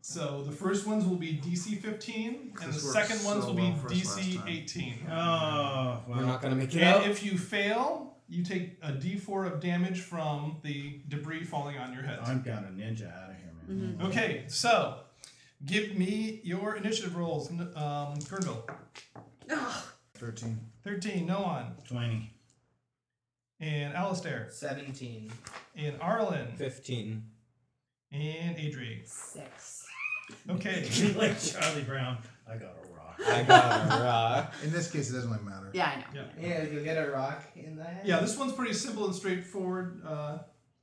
[SPEAKER 4] So the first ones will be DC 15, and the
[SPEAKER 1] This worked
[SPEAKER 4] second ones
[SPEAKER 1] so
[SPEAKER 4] will be
[SPEAKER 1] well for us last
[SPEAKER 4] DC
[SPEAKER 1] time.
[SPEAKER 4] 18.
[SPEAKER 3] Oh,
[SPEAKER 8] We're
[SPEAKER 3] well.
[SPEAKER 8] not gonna make it
[SPEAKER 4] And
[SPEAKER 8] out.
[SPEAKER 4] if you fail, you take a D4 of damage from the debris falling on your head.
[SPEAKER 3] I'm got a ninja out of here, man.
[SPEAKER 4] Okay, so give me your initiative rolls, N- um, Gurnville.
[SPEAKER 5] Ugh.
[SPEAKER 3] 13.
[SPEAKER 4] 13, no one.
[SPEAKER 5] Mm-hmm.
[SPEAKER 3] 20.
[SPEAKER 4] And Alistair.
[SPEAKER 7] 17.
[SPEAKER 4] And Arlen.
[SPEAKER 8] 15.
[SPEAKER 4] And Adri.
[SPEAKER 5] Six.
[SPEAKER 4] Okay.
[SPEAKER 3] like Charlie Brown, I got a rock.
[SPEAKER 8] I got a rock.
[SPEAKER 1] In this case, it doesn't really matter.
[SPEAKER 5] Yeah, I know.
[SPEAKER 7] Yeah, you'll get a rock in the head.
[SPEAKER 4] Yeah, this one's pretty simple and straightforward. Uh,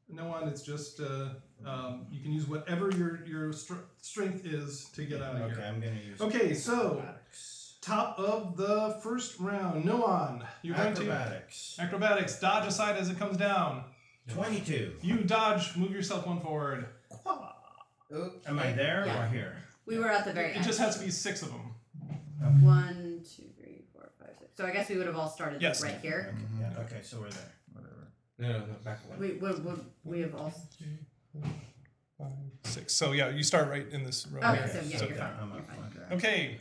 [SPEAKER 4] no one, it's just uh, um, you can use whatever your, your str- strength is to get out of
[SPEAKER 3] Okay,
[SPEAKER 4] here.
[SPEAKER 3] I'm gonna use.
[SPEAKER 4] Okay, so
[SPEAKER 3] Acrobatics.
[SPEAKER 4] top of the first round, no one. You're going to
[SPEAKER 3] Acrobatics.
[SPEAKER 4] acrobatics. Dodge aside as it comes down.
[SPEAKER 3] 22.
[SPEAKER 4] You dodge. Move yourself one forward.
[SPEAKER 7] Oop.
[SPEAKER 3] Am I there or
[SPEAKER 5] Yeah.
[SPEAKER 3] here?
[SPEAKER 5] We were at the very
[SPEAKER 4] It
[SPEAKER 5] end.
[SPEAKER 4] just has to be six of them.
[SPEAKER 5] One, two, three, four, five, six. So I guess we would have all started
[SPEAKER 4] Yes.
[SPEAKER 5] right here.
[SPEAKER 3] Okay, yeah, okay, so we're there.
[SPEAKER 1] Whatever.
[SPEAKER 8] No, no, no, back away.
[SPEAKER 5] We would, would we have all?
[SPEAKER 4] Six. So yeah, you start right in this row.
[SPEAKER 5] Okay,
[SPEAKER 4] here.
[SPEAKER 5] so yeah,
[SPEAKER 3] so
[SPEAKER 5] you're
[SPEAKER 3] down,
[SPEAKER 5] fine.
[SPEAKER 3] I'm
[SPEAKER 5] You're
[SPEAKER 3] up,
[SPEAKER 5] fine.
[SPEAKER 1] Okay.
[SPEAKER 4] Okay.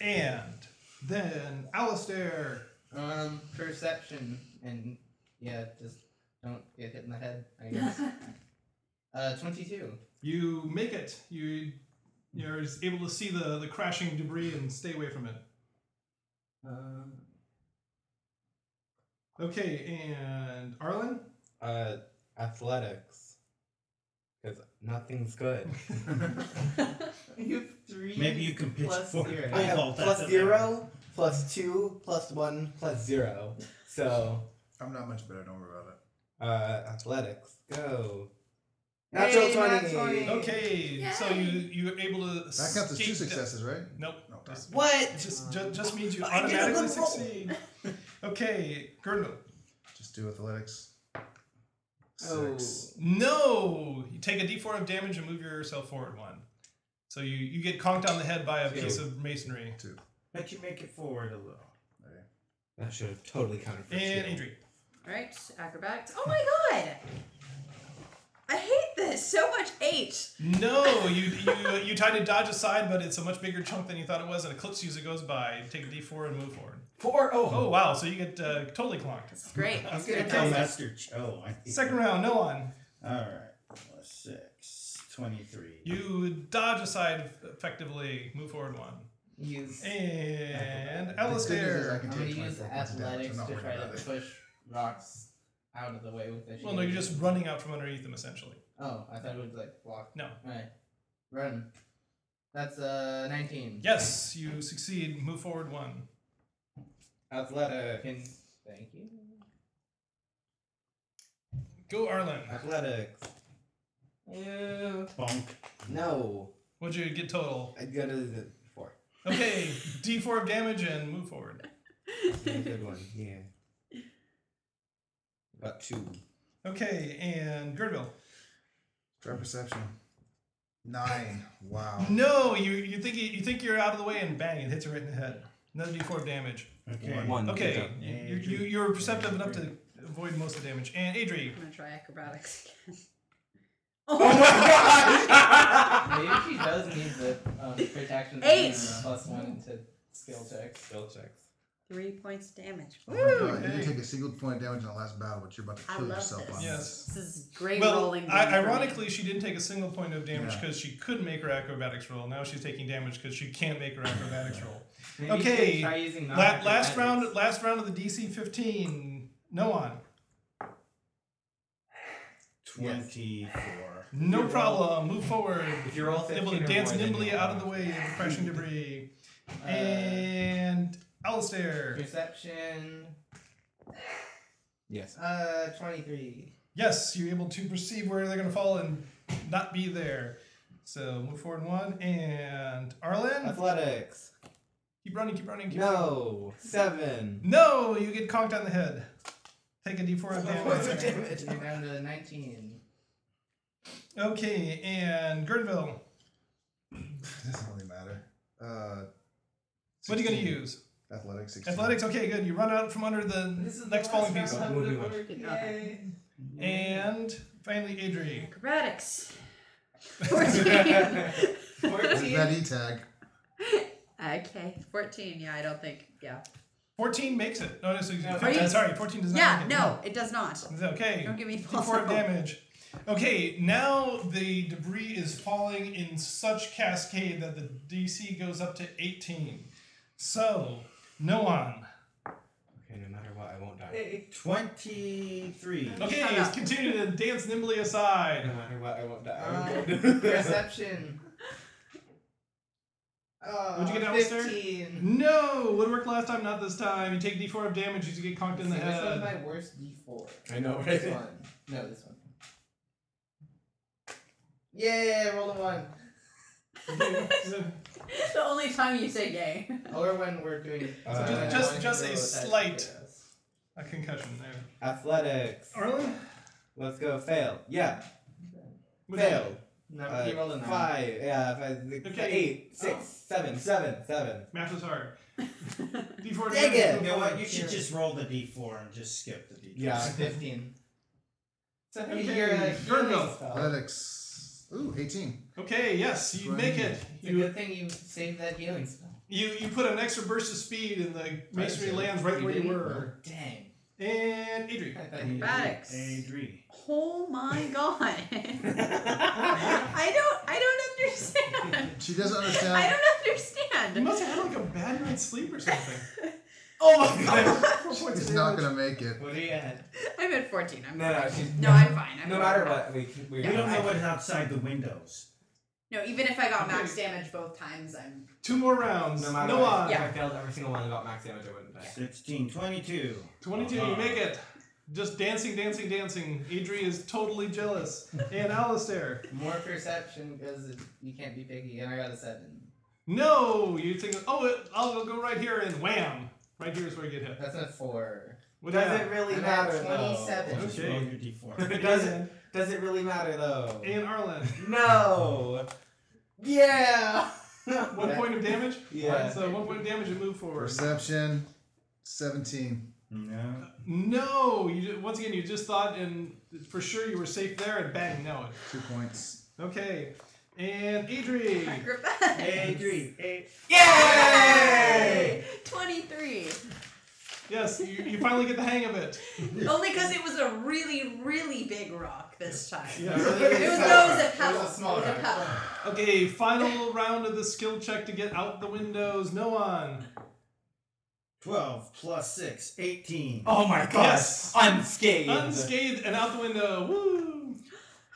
[SPEAKER 4] And then Alistair.
[SPEAKER 7] Um, perception and yeah, just don't get hit in the head. I guess. uh, twenty-two.
[SPEAKER 4] You make it. You you're able to see the, the crashing debris and stay away from it. Uh,
[SPEAKER 8] Um,
[SPEAKER 4] Okay, and Arlen?
[SPEAKER 8] Uh, athletics. Because nothing's good.
[SPEAKER 7] You have three.
[SPEAKER 3] Maybe you can pitch
[SPEAKER 7] plus
[SPEAKER 3] for
[SPEAKER 7] zero.
[SPEAKER 3] Oh,
[SPEAKER 8] I have
[SPEAKER 3] well, that's
[SPEAKER 8] plus
[SPEAKER 3] a-
[SPEAKER 8] zero, plus two, plus one, plus zero. So,
[SPEAKER 1] I'm not much better. Don't worry about it.
[SPEAKER 8] uh, athletics. Go. Natural
[SPEAKER 7] Hey,
[SPEAKER 8] 20.
[SPEAKER 7] nat 20.
[SPEAKER 4] Okay, so
[SPEAKER 5] Yay.
[SPEAKER 4] you you're able to
[SPEAKER 1] That counts as two
[SPEAKER 4] escape the-
[SPEAKER 1] successes, right?
[SPEAKER 4] Nope.
[SPEAKER 1] No.
[SPEAKER 4] Just,
[SPEAKER 8] What?
[SPEAKER 4] it just, ju- just means you
[SPEAKER 8] I did a
[SPEAKER 4] automatically
[SPEAKER 8] good roll.
[SPEAKER 4] succeed. Okay, Gurnville.
[SPEAKER 1] Just do athletics.
[SPEAKER 7] Oh.
[SPEAKER 1] Six.
[SPEAKER 4] No! You take a d4 of damage and move yourself forward one. So you, you get conked on the head by a piece of masonry.
[SPEAKER 3] Let you make it forward a little.
[SPEAKER 8] I should have totally counted for
[SPEAKER 4] And
[SPEAKER 8] two.
[SPEAKER 4] Adri.
[SPEAKER 5] All right, acrobatics. Oh my god! I hate this so much. H.
[SPEAKER 4] No, you, you you tried to dodge aside, but it's a much bigger chunk than you thought it was, and it clips you as it goes by. Take a d4 and move forward.
[SPEAKER 8] Four. Oh.
[SPEAKER 4] Oh wow! So you get uh, totally clonked.
[SPEAKER 5] It's great.
[SPEAKER 3] I was
[SPEAKER 5] Good
[SPEAKER 3] gonna tell Oh, Master Cho. I think.
[SPEAKER 4] Second round, no one.
[SPEAKER 3] Alright, plus 6. 23.
[SPEAKER 4] You dodge aside effectively. Move forward one.
[SPEAKER 7] Use.
[SPEAKER 4] And
[SPEAKER 1] The good news is I
[SPEAKER 4] Alistair.
[SPEAKER 1] can
[SPEAKER 7] I'm gonna
[SPEAKER 1] take my
[SPEAKER 7] use
[SPEAKER 1] points of damage. I'm
[SPEAKER 7] athletics
[SPEAKER 1] not
[SPEAKER 7] to
[SPEAKER 1] worried
[SPEAKER 7] try to
[SPEAKER 1] about it.
[SPEAKER 7] push rocks out of the way with this.
[SPEAKER 4] Well, no, you're just running out from underneath them essentially.
[SPEAKER 7] Oh, I thought it would like block.
[SPEAKER 4] No.
[SPEAKER 7] Alright. Run. That's uh nineteen.
[SPEAKER 4] Yes, you succeed. Move forward one.
[SPEAKER 8] Athletic.
[SPEAKER 7] Can- thank you.
[SPEAKER 4] Go, Arlen.
[SPEAKER 8] Athletics.
[SPEAKER 7] Ew.
[SPEAKER 3] Bonk.
[SPEAKER 8] No.
[SPEAKER 4] What'd you get total?
[SPEAKER 8] I got a four.
[SPEAKER 4] Okay, d4 of damage and move forward.
[SPEAKER 8] That's a good one. Yeah. Got two.
[SPEAKER 4] Okay, and Girdville.
[SPEAKER 1] Try perception. Nine. Wow.
[SPEAKER 4] No, you you think you, you think you're out of the way and bang, it hits you right in the head. Another d4 damage.
[SPEAKER 3] Okay.
[SPEAKER 8] One.
[SPEAKER 4] Okay,
[SPEAKER 8] Good
[SPEAKER 4] you, you, you- you're perceptive enough to avoid most of the damage. And Adri,
[SPEAKER 5] I'm gonna try acrobatics again.
[SPEAKER 8] Oh my god!
[SPEAKER 7] Maybe she does need the um, protection
[SPEAKER 5] Eight.
[SPEAKER 7] uh, plus one to skill checks.
[SPEAKER 8] Skill checks.
[SPEAKER 5] Three points damage.
[SPEAKER 1] Oh my God, You
[SPEAKER 4] Hey.
[SPEAKER 1] didn't take a single point of damage in the last battle, but you're about to
[SPEAKER 5] I
[SPEAKER 1] kill
[SPEAKER 5] love
[SPEAKER 1] yourself
[SPEAKER 5] this.
[SPEAKER 1] on
[SPEAKER 4] Yes.
[SPEAKER 5] This is great
[SPEAKER 4] well,
[SPEAKER 5] rolling.
[SPEAKER 4] I,
[SPEAKER 5] game for me.
[SPEAKER 4] ironically, she didn't take a single point of damage
[SPEAKER 1] Yeah.
[SPEAKER 4] because she could make her acrobatics roll. Now she's taking damage because she can't make her acrobatics roll.
[SPEAKER 7] Maybe she
[SPEAKER 4] Okay,
[SPEAKER 7] could Try using
[SPEAKER 4] La-
[SPEAKER 7] non-acrobatics.
[SPEAKER 4] last round, last round of the DC 15. No one,
[SPEAKER 3] 24.
[SPEAKER 4] no problem. Move forward.
[SPEAKER 8] If you roll
[SPEAKER 4] Able to
[SPEAKER 8] 15 or
[SPEAKER 4] dance
[SPEAKER 8] more, then
[SPEAKER 4] nimbly
[SPEAKER 8] you're
[SPEAKER 4] out of
[SPEAKER 8] not.
[SPEAKER 4] the way of crashing debris.
[SPEAKER 7] Uh,
[SPEAKER 4] And Alistair.
[SPEAKER 7] Perception.
[SPEAKER 8] Yes.
[SPEAKER 7] Uh, twenty-three.
[SPEAKER 4] Yes, you're able to perceive where they're going to fall and not be there. So move forward one and Arlen,
[SPEAKER 8] Athletics.
[SPEAKER 4] keep running, keep running, keep running.
[SPEAKER 8] No. Seven.
[SPEAKER 4] No, you get conked on the head. Take a d4 of
[SPEAKER 7] Alright,
[SPEAKER 4] damage.
[SPEAKER 7] You're down to 19.
[SPEAKER 4] Okay, and Gurnville,
[SPEAKER 1] doesn't really matter. Uh,
[SPEAKER 4] what are you going
[SPEAKER 1] 16.
[SPEAKER 4] to use?
[SPEAKER 1] Athletics. 16.
[SPEAKER 4] Athletics, okay, good. You run out from under the next falling piece. And finally, Adri.
[SPEAKER 5] Acrobatics. 14.
[SPEAKER 1] There's that E tag.
[SPEAKER 5] okay, 14. Yeah, I don't think. Yeah.
[SPEAKER 4] 14 makes it. No, no, so you-
[SPEAKER 5] Are you-
[SPEAKER 4] sorry, 14 does not
[SPEAKER 5] Yeah,
[SPEAKER 4] make it.
[SPEAKER 5] no, it does not.
[SPEAKER 4] It's Okay.
[SPEAKER 5] Don't give me
[SPEAKER 4] Take
[SPEAKER 5] false
[SPEAKER 4] four
[SPEAKER 5] hope.
[SPEAKER 4] damage. Okay, now the debris is falling in such cascade that the DC goes up to 18. So, no one.
[SPEAKER 8] Okay, no matter what, I won't die.
[SPEAKER 3] 23.
[SPEAKER 4] Okay,
[SPEAKER 5] Shut
[SPEAKER 4] it's
[SPEAKER 5] up.
[SPEAKER 4] continue to dance nimbly
[SPEAKER 8] No
[SPEAKER 4] aside.
[SPEAKER 8] matter what, I won't die.
[SPEAKER 7] Um, perception. Oh,
[SPEAKER 4] What'd you get down with, sir?
[SPEAKER 7] 15.
[SPEAKER 4] No! Woodwork last time, not this time. You take d4 of damage as you get conked in the
[SPEAKER 7] See, this one's
[SPEAKER 4] head.
[SPEAKER 7] my worst D4.
[SPEAKER 8] I know,
[SPEAKER 7] This
[SPEAKER 8] right?
[SPEAKER 7] one. No, this one. Yay, I rolled a one.
[SPEAKER 5] the only time you say yay.
[SPEAKER 7] Or when we're doing.
[SPEAKER 8] Uh,
[SPEAKER 7] Sorry, I
[SPEAKER 8] just-
[SPEAKER 7] wanted
[SPEAKER 4] just
[SPEAKER 7] to
[SPEAKER 4] a
[SPEAKER 7] roll that
[SPEAKER 4] slight-
[SPEAKER 7] for us.
[SPEAKER 4] A concussion there.
[SPEAKER 8] Athletics.
[SPEAKER 4] Arlen?
[SPEAKER 8] Let's go. Fail. Yeah.
[SPEAKER 4] Would you-
[SPEAKER 8] Fail.
[SPEAKER 7] No,
[SPEAKER 8] Uh,
[SPEAKER 7] he rolled a nine.
[SPEAKER 8] five. Yeah. Five, six,
[SPEAKER 4] Okay.
[SPEAKER 3] Oh.
[SPEAKER 8] Eight. Six. Seven. Seven. Seven.
[SPEAKER 4] Math was hard. D4
[SPEAKER 8] Dang
[SPEAKER 4] damage.
[SPEAKER 8] it!
[SPEAKER 4] go
[SPEAKER 3] You know
[SPEAKER 4] forward.
[SPEAKER 3] what? You should just roll the d4 and just skip the d4.
[SPEAKER 8] Yeah.
[SPEAKER 7] Fifteen. So
[SPEAKER 4] Okay, Uh,
[SPEAKER 7] you're a healing
[SPEAKER 4] Virgo.
[SPEAKER 7] spell.
[SPEAKER 1] Athletics. Ooh, 18.
[SPEAKER 4] Okay, yes, you make it.
[SPEAKER 7] It's a
[SPEAKER 4] You
[SPEAKER 7] good thing you saved that healing spell.
[SPEAKER 4] You you put an extra burst of speed and the masonry
[SPEAKER 7] so
[SPEAKER 4] lands right
[SPEAKER 7] you
[SPEAKER 4] where you
[SPEAKER 7] didn't?
[SPEAKER 4] were.
[SPEAKER 7] Dang.
[SPEAKER 4] And Adrian.
[SPEAKER 7] I thought you-
[SPEAKER 5] Acrobatics.
[SPEAKER 3] Adri.
[SPEAKER 5] Oh my god. I don't I don't understand.
[SPEAKER 1] She doesn't
[SPEAKER 5] I
[SPEAKER 1] understand.
[SPEAKER 5] don't
[SPEAKER 4] You
[SPEAKER 5] understand.
[SPEAKER 4] must have had like a bad night's sleep or something.
[SPEAKER 3] Oh my god!
[SPEAKER 4] Four points
[SPEAKER 1] She's
[SPEAKER 4] of
[SPEAKER 1] not
[SPEAKER 4] damage.
[SPEAKER 1] gonna make it.
[SPEAKER 8] What do you have?
[SPEAKER 5] I'm at 14. I'm
[SPEAKER 8] No, no,
[SPEAKER 5] fine.
[SPEAKER 8] she's-
[SPEAKER 5] no, I'm fine. I'm
[SPEAKER 8] No matter what, we can- we
[SPEAKER 3] We don't know what's outside the windows.
[SPEAKER 5] No, even if I got max damage both times, I'm
[SPEAKER 4] Two more rounds.
[SPEAKER 8] No
[SPEAKER 4] No,
[SPEAKER 8] matter what,
[SPEAKER 4] one.
[SPEAKER 8] if I failed every single one and got max damage, I wouldn't die.
[SPEAKER 3] 16, 22.
[SPEAKER 4] 22, you make it. Just dancing, dancing, dancing. Adri is totally jealous. And Alistair.
[SPEAKER 7] More perception because you can't be picky, and I got a seven.
[SPEAKER 4] No! You think, oh, it, I'll go right here and wham! Right here is where you get hit.
[SPEAKER 7] That's a four.
[SPEAKER 4] What do you
[SPEAKER 8] Does
[SPEAKER 4] have?
[SPEAKER 8] it really
[SPEAKER 7] I'm at
[SPEAKER 8] matter
[SPEAKER 7] twenty-seven.
[SPEAKER 8] though?
[SPEAKER 3] Just roll your d4.
[SPEAKER 8] does it? Does it really matter though?
[SPEAKER 4] And Arlen.
[SPEAKER 8] No. Yeah.
[SPEAKER 4] One point of damage?
[SPEAKER 8] Yeah.
[SPEAKER 4] So one point of damage and move forward.
[SPEAKER 1] Perception. 17.
[SPEAKER 3] No.
[SPEAKER 4] No, you ju- once again you just thought and for sure you were safe there and bang, no.
[SPEAKER 1] Two points.
[SPEAKER 4] Okay, and Adri.
[SPEAKER 5] acrobatics.
[SPEAKER 3] Adri.
[SPEAKER 5] Yay! 23.
[SPEAKER 4] Yes, you, you finally get the hang of it.
[SPEAKER 5] Only because it was a really, really big rock this time.
[SPEAKER 4] Yes.
[SPEAKER 5] It was, no, it was a pebble. It was
[SPEAKER 7] small
[SPEAKER 5] a
[SPEAKER 7] rock.
[SPEAKER 5] pebble.
[SPEAKER 4] Okay, final round of the skill check to get out the windows. No one.
[SPEAKER 3] 12 plus 6, 18.
[SPEAKER 8] Oh my gosh.
[SPEAKER 4] Yes.
[SPEAKER 8] Unscathed.
[SPEAKER 4] Unscathed and out the window. Woo!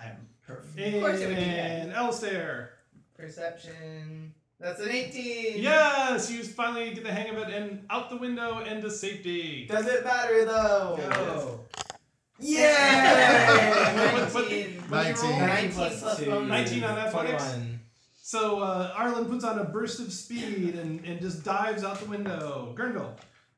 [SPEAKER 3] I'm perfect.
[SPEAKER 4] And,
[SPEAKER 7] course it would be
[SPEAKER 4] and Alistair.
[SPEAKER 7] Perception. That's an eighteen.
[SPEAKER 4] Yes, you finally get the hang of it and out the window and to safety.
[SPEAKER 8] Does it matter though?
[SPEAKER 4] Go.
[SPEAKER 8] Yeah.
[SPEAKER 4] What- what-
[SPEAKER 7] Nineteen.
[SPEAKER 4] What'd you roll?
[SPEAKER 1] 19.
[SPEAKER 8] 19 plus,
[SPEAKER 7] plus
[SPEAKER 8] 2.
[SPEAKER 7] bonus.
[SPEAKER 4] 19 on athletics?
[SPEAKER 8] 21.
[SPEAKER 4] So uh, Arlen puts on a burst of speed and, and just dives out the window. Gurnville.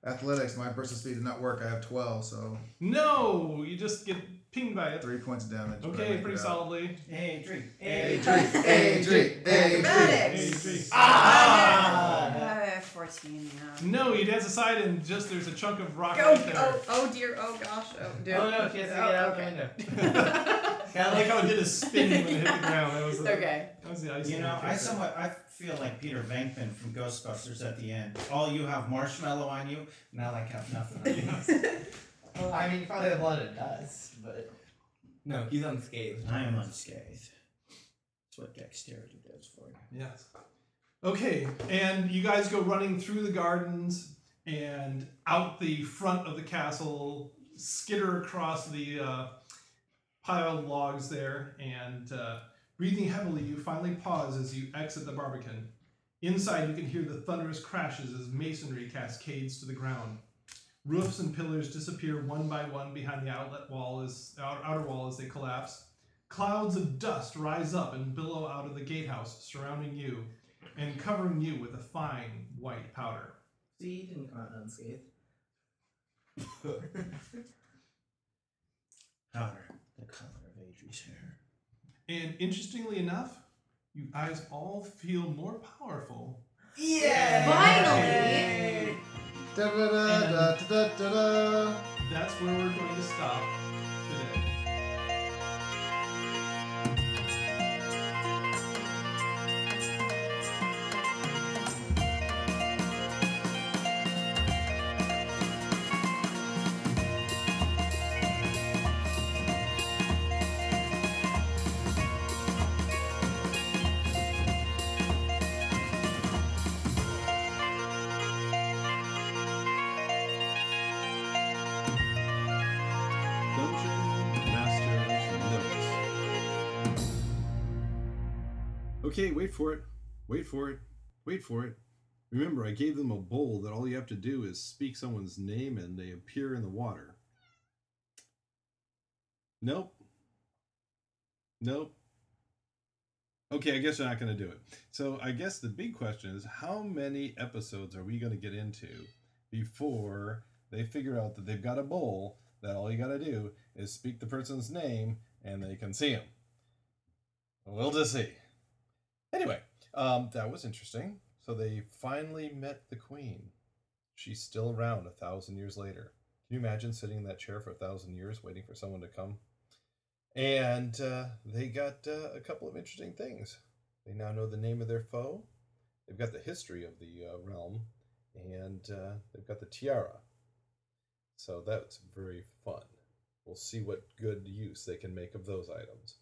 [SPEAKER 1] Athletics. My burst of speed did not work. I have 12, so
[SPEAKER 4] No, you just get pinged by it.
[SPEAKER 1] three points of damage. but I
[SPEAKER 4] Okay,
[SPEAKER 1] make
[SPEAKER 4] pretty
[SPEAKER 1] it out.
[SPEAKER 4] solidly.
[SPEAKER 3] Adri.
[SPEAKER 1] Adri. Adri. Adri.
[SPEAKER 5] Acrobatics.
[SPEAKER 4] Hey, Jake.
[SPEAKER 3] Ah!
[SPEAKER 5] Uh, 14, yeah.
[SPEAKER 4] No, you dance aside and just there's a chunk of rock
[SPEAKER 5] Oh,
[SPEAKER 4] right there.
[SPEAKER 5] oh, oh dear, oh gosh, oh dear.
[SPEAKER 7] Oh no, she has to get out the window.
[SPEAKER 4] I like how it did a spin when it hit the ground. That was the,
[SPEAKER 5] Okay.
[SPEAKER 4] That was the ice
[SPEAKER 3] You
[SPEAKER 4] cream
[SPEAKER 3] know, I
[SPEAKER 4] kicker.
[SPEAKER 3] somewhat I feel like Peter Venkman from Ghostbusters at the end. All you have marshmallow on you, now I have nothing on you.
[SPEAKER 7] I mean, you probably have a lot of dust, but
[SPEAKER 8] No, he's unscathed.
[SPEAKER 3] I am unscathed. That's what dexterity does for you.
[SPEAKER 4] Yes. Okay, and you guys go running through the gardens and out the front of the castle, skitter across the uh, piled logs there, and uh, breathing heavily, you finally pause as you exit the barbican. Inside, you can hear the thunderous crashes as masonry cascades to the ground. Roofs and pillars disappear one by one behind the outlet wall as out- outer wall as they collapse. Clouds of dust rise up and billow out of the gatehouse surrounding you and covering you with a fine white powder.
[SPEAKER 7] See, you didn't come out unscathed.
[SPEAKER 3] Powder, the color of Adri's hair.
[SPEAKER 4] And interestingly enough, you guys all feel more powerful.
[SPEAKER 5] Finally!
[SPEAKER 1] Da, da, da, da, da, da, da.
[SPEAKER 4] That's where we're going to stop today.
[SPEAKER 6] Dungeon Master's Notes. Okay, wait for it. Wait for it. Wait for it. Remember, I gave them a bowl that all you have to do is speak someone's name and they appear in the water. Nope. Nope. Okay, I guess you're not going to do it. So, I guess the big question is how many episodes are we going to get into before they figure out that they've got a bowl that all you got to do is speak the person's name and they can see him. We'll just see. Anyway, um, that was interesting. So they finally met the queen. She's still around a thousand years later. Can you imagine sitting in that chair for a thousand years waiting for someone to come? And uh, they got uh, a couple of interesting things. They now know the name of their foe. They've got the history of the uh, realm, and uh, they've got the tiara. So that's very fun. We'll see what good use they can make of those items.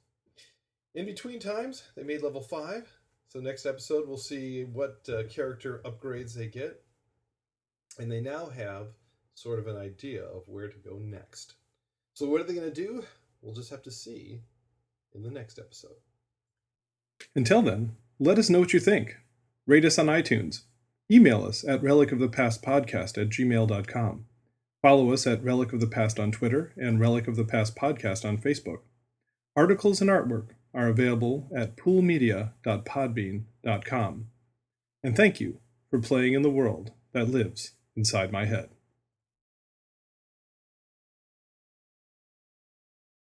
[SPEAKER 6] In between times, they made level 5. So next episode, we'll see what uh, character upgrades they get. And they now have sort of an idea of where to go next. So what are they going to do? We'll just have to see in the next episode. Until then, let us know what you think. Rate us on iTunes. Email us at relicofthepastpodcast at gmail.com. Follow us at Relic of the Past on Twitter and Relic of the Past Podcast on Facebook. Articles and artwork are available at poolmedia.podbean.com. And thank you for playing in the world that lives inside my head.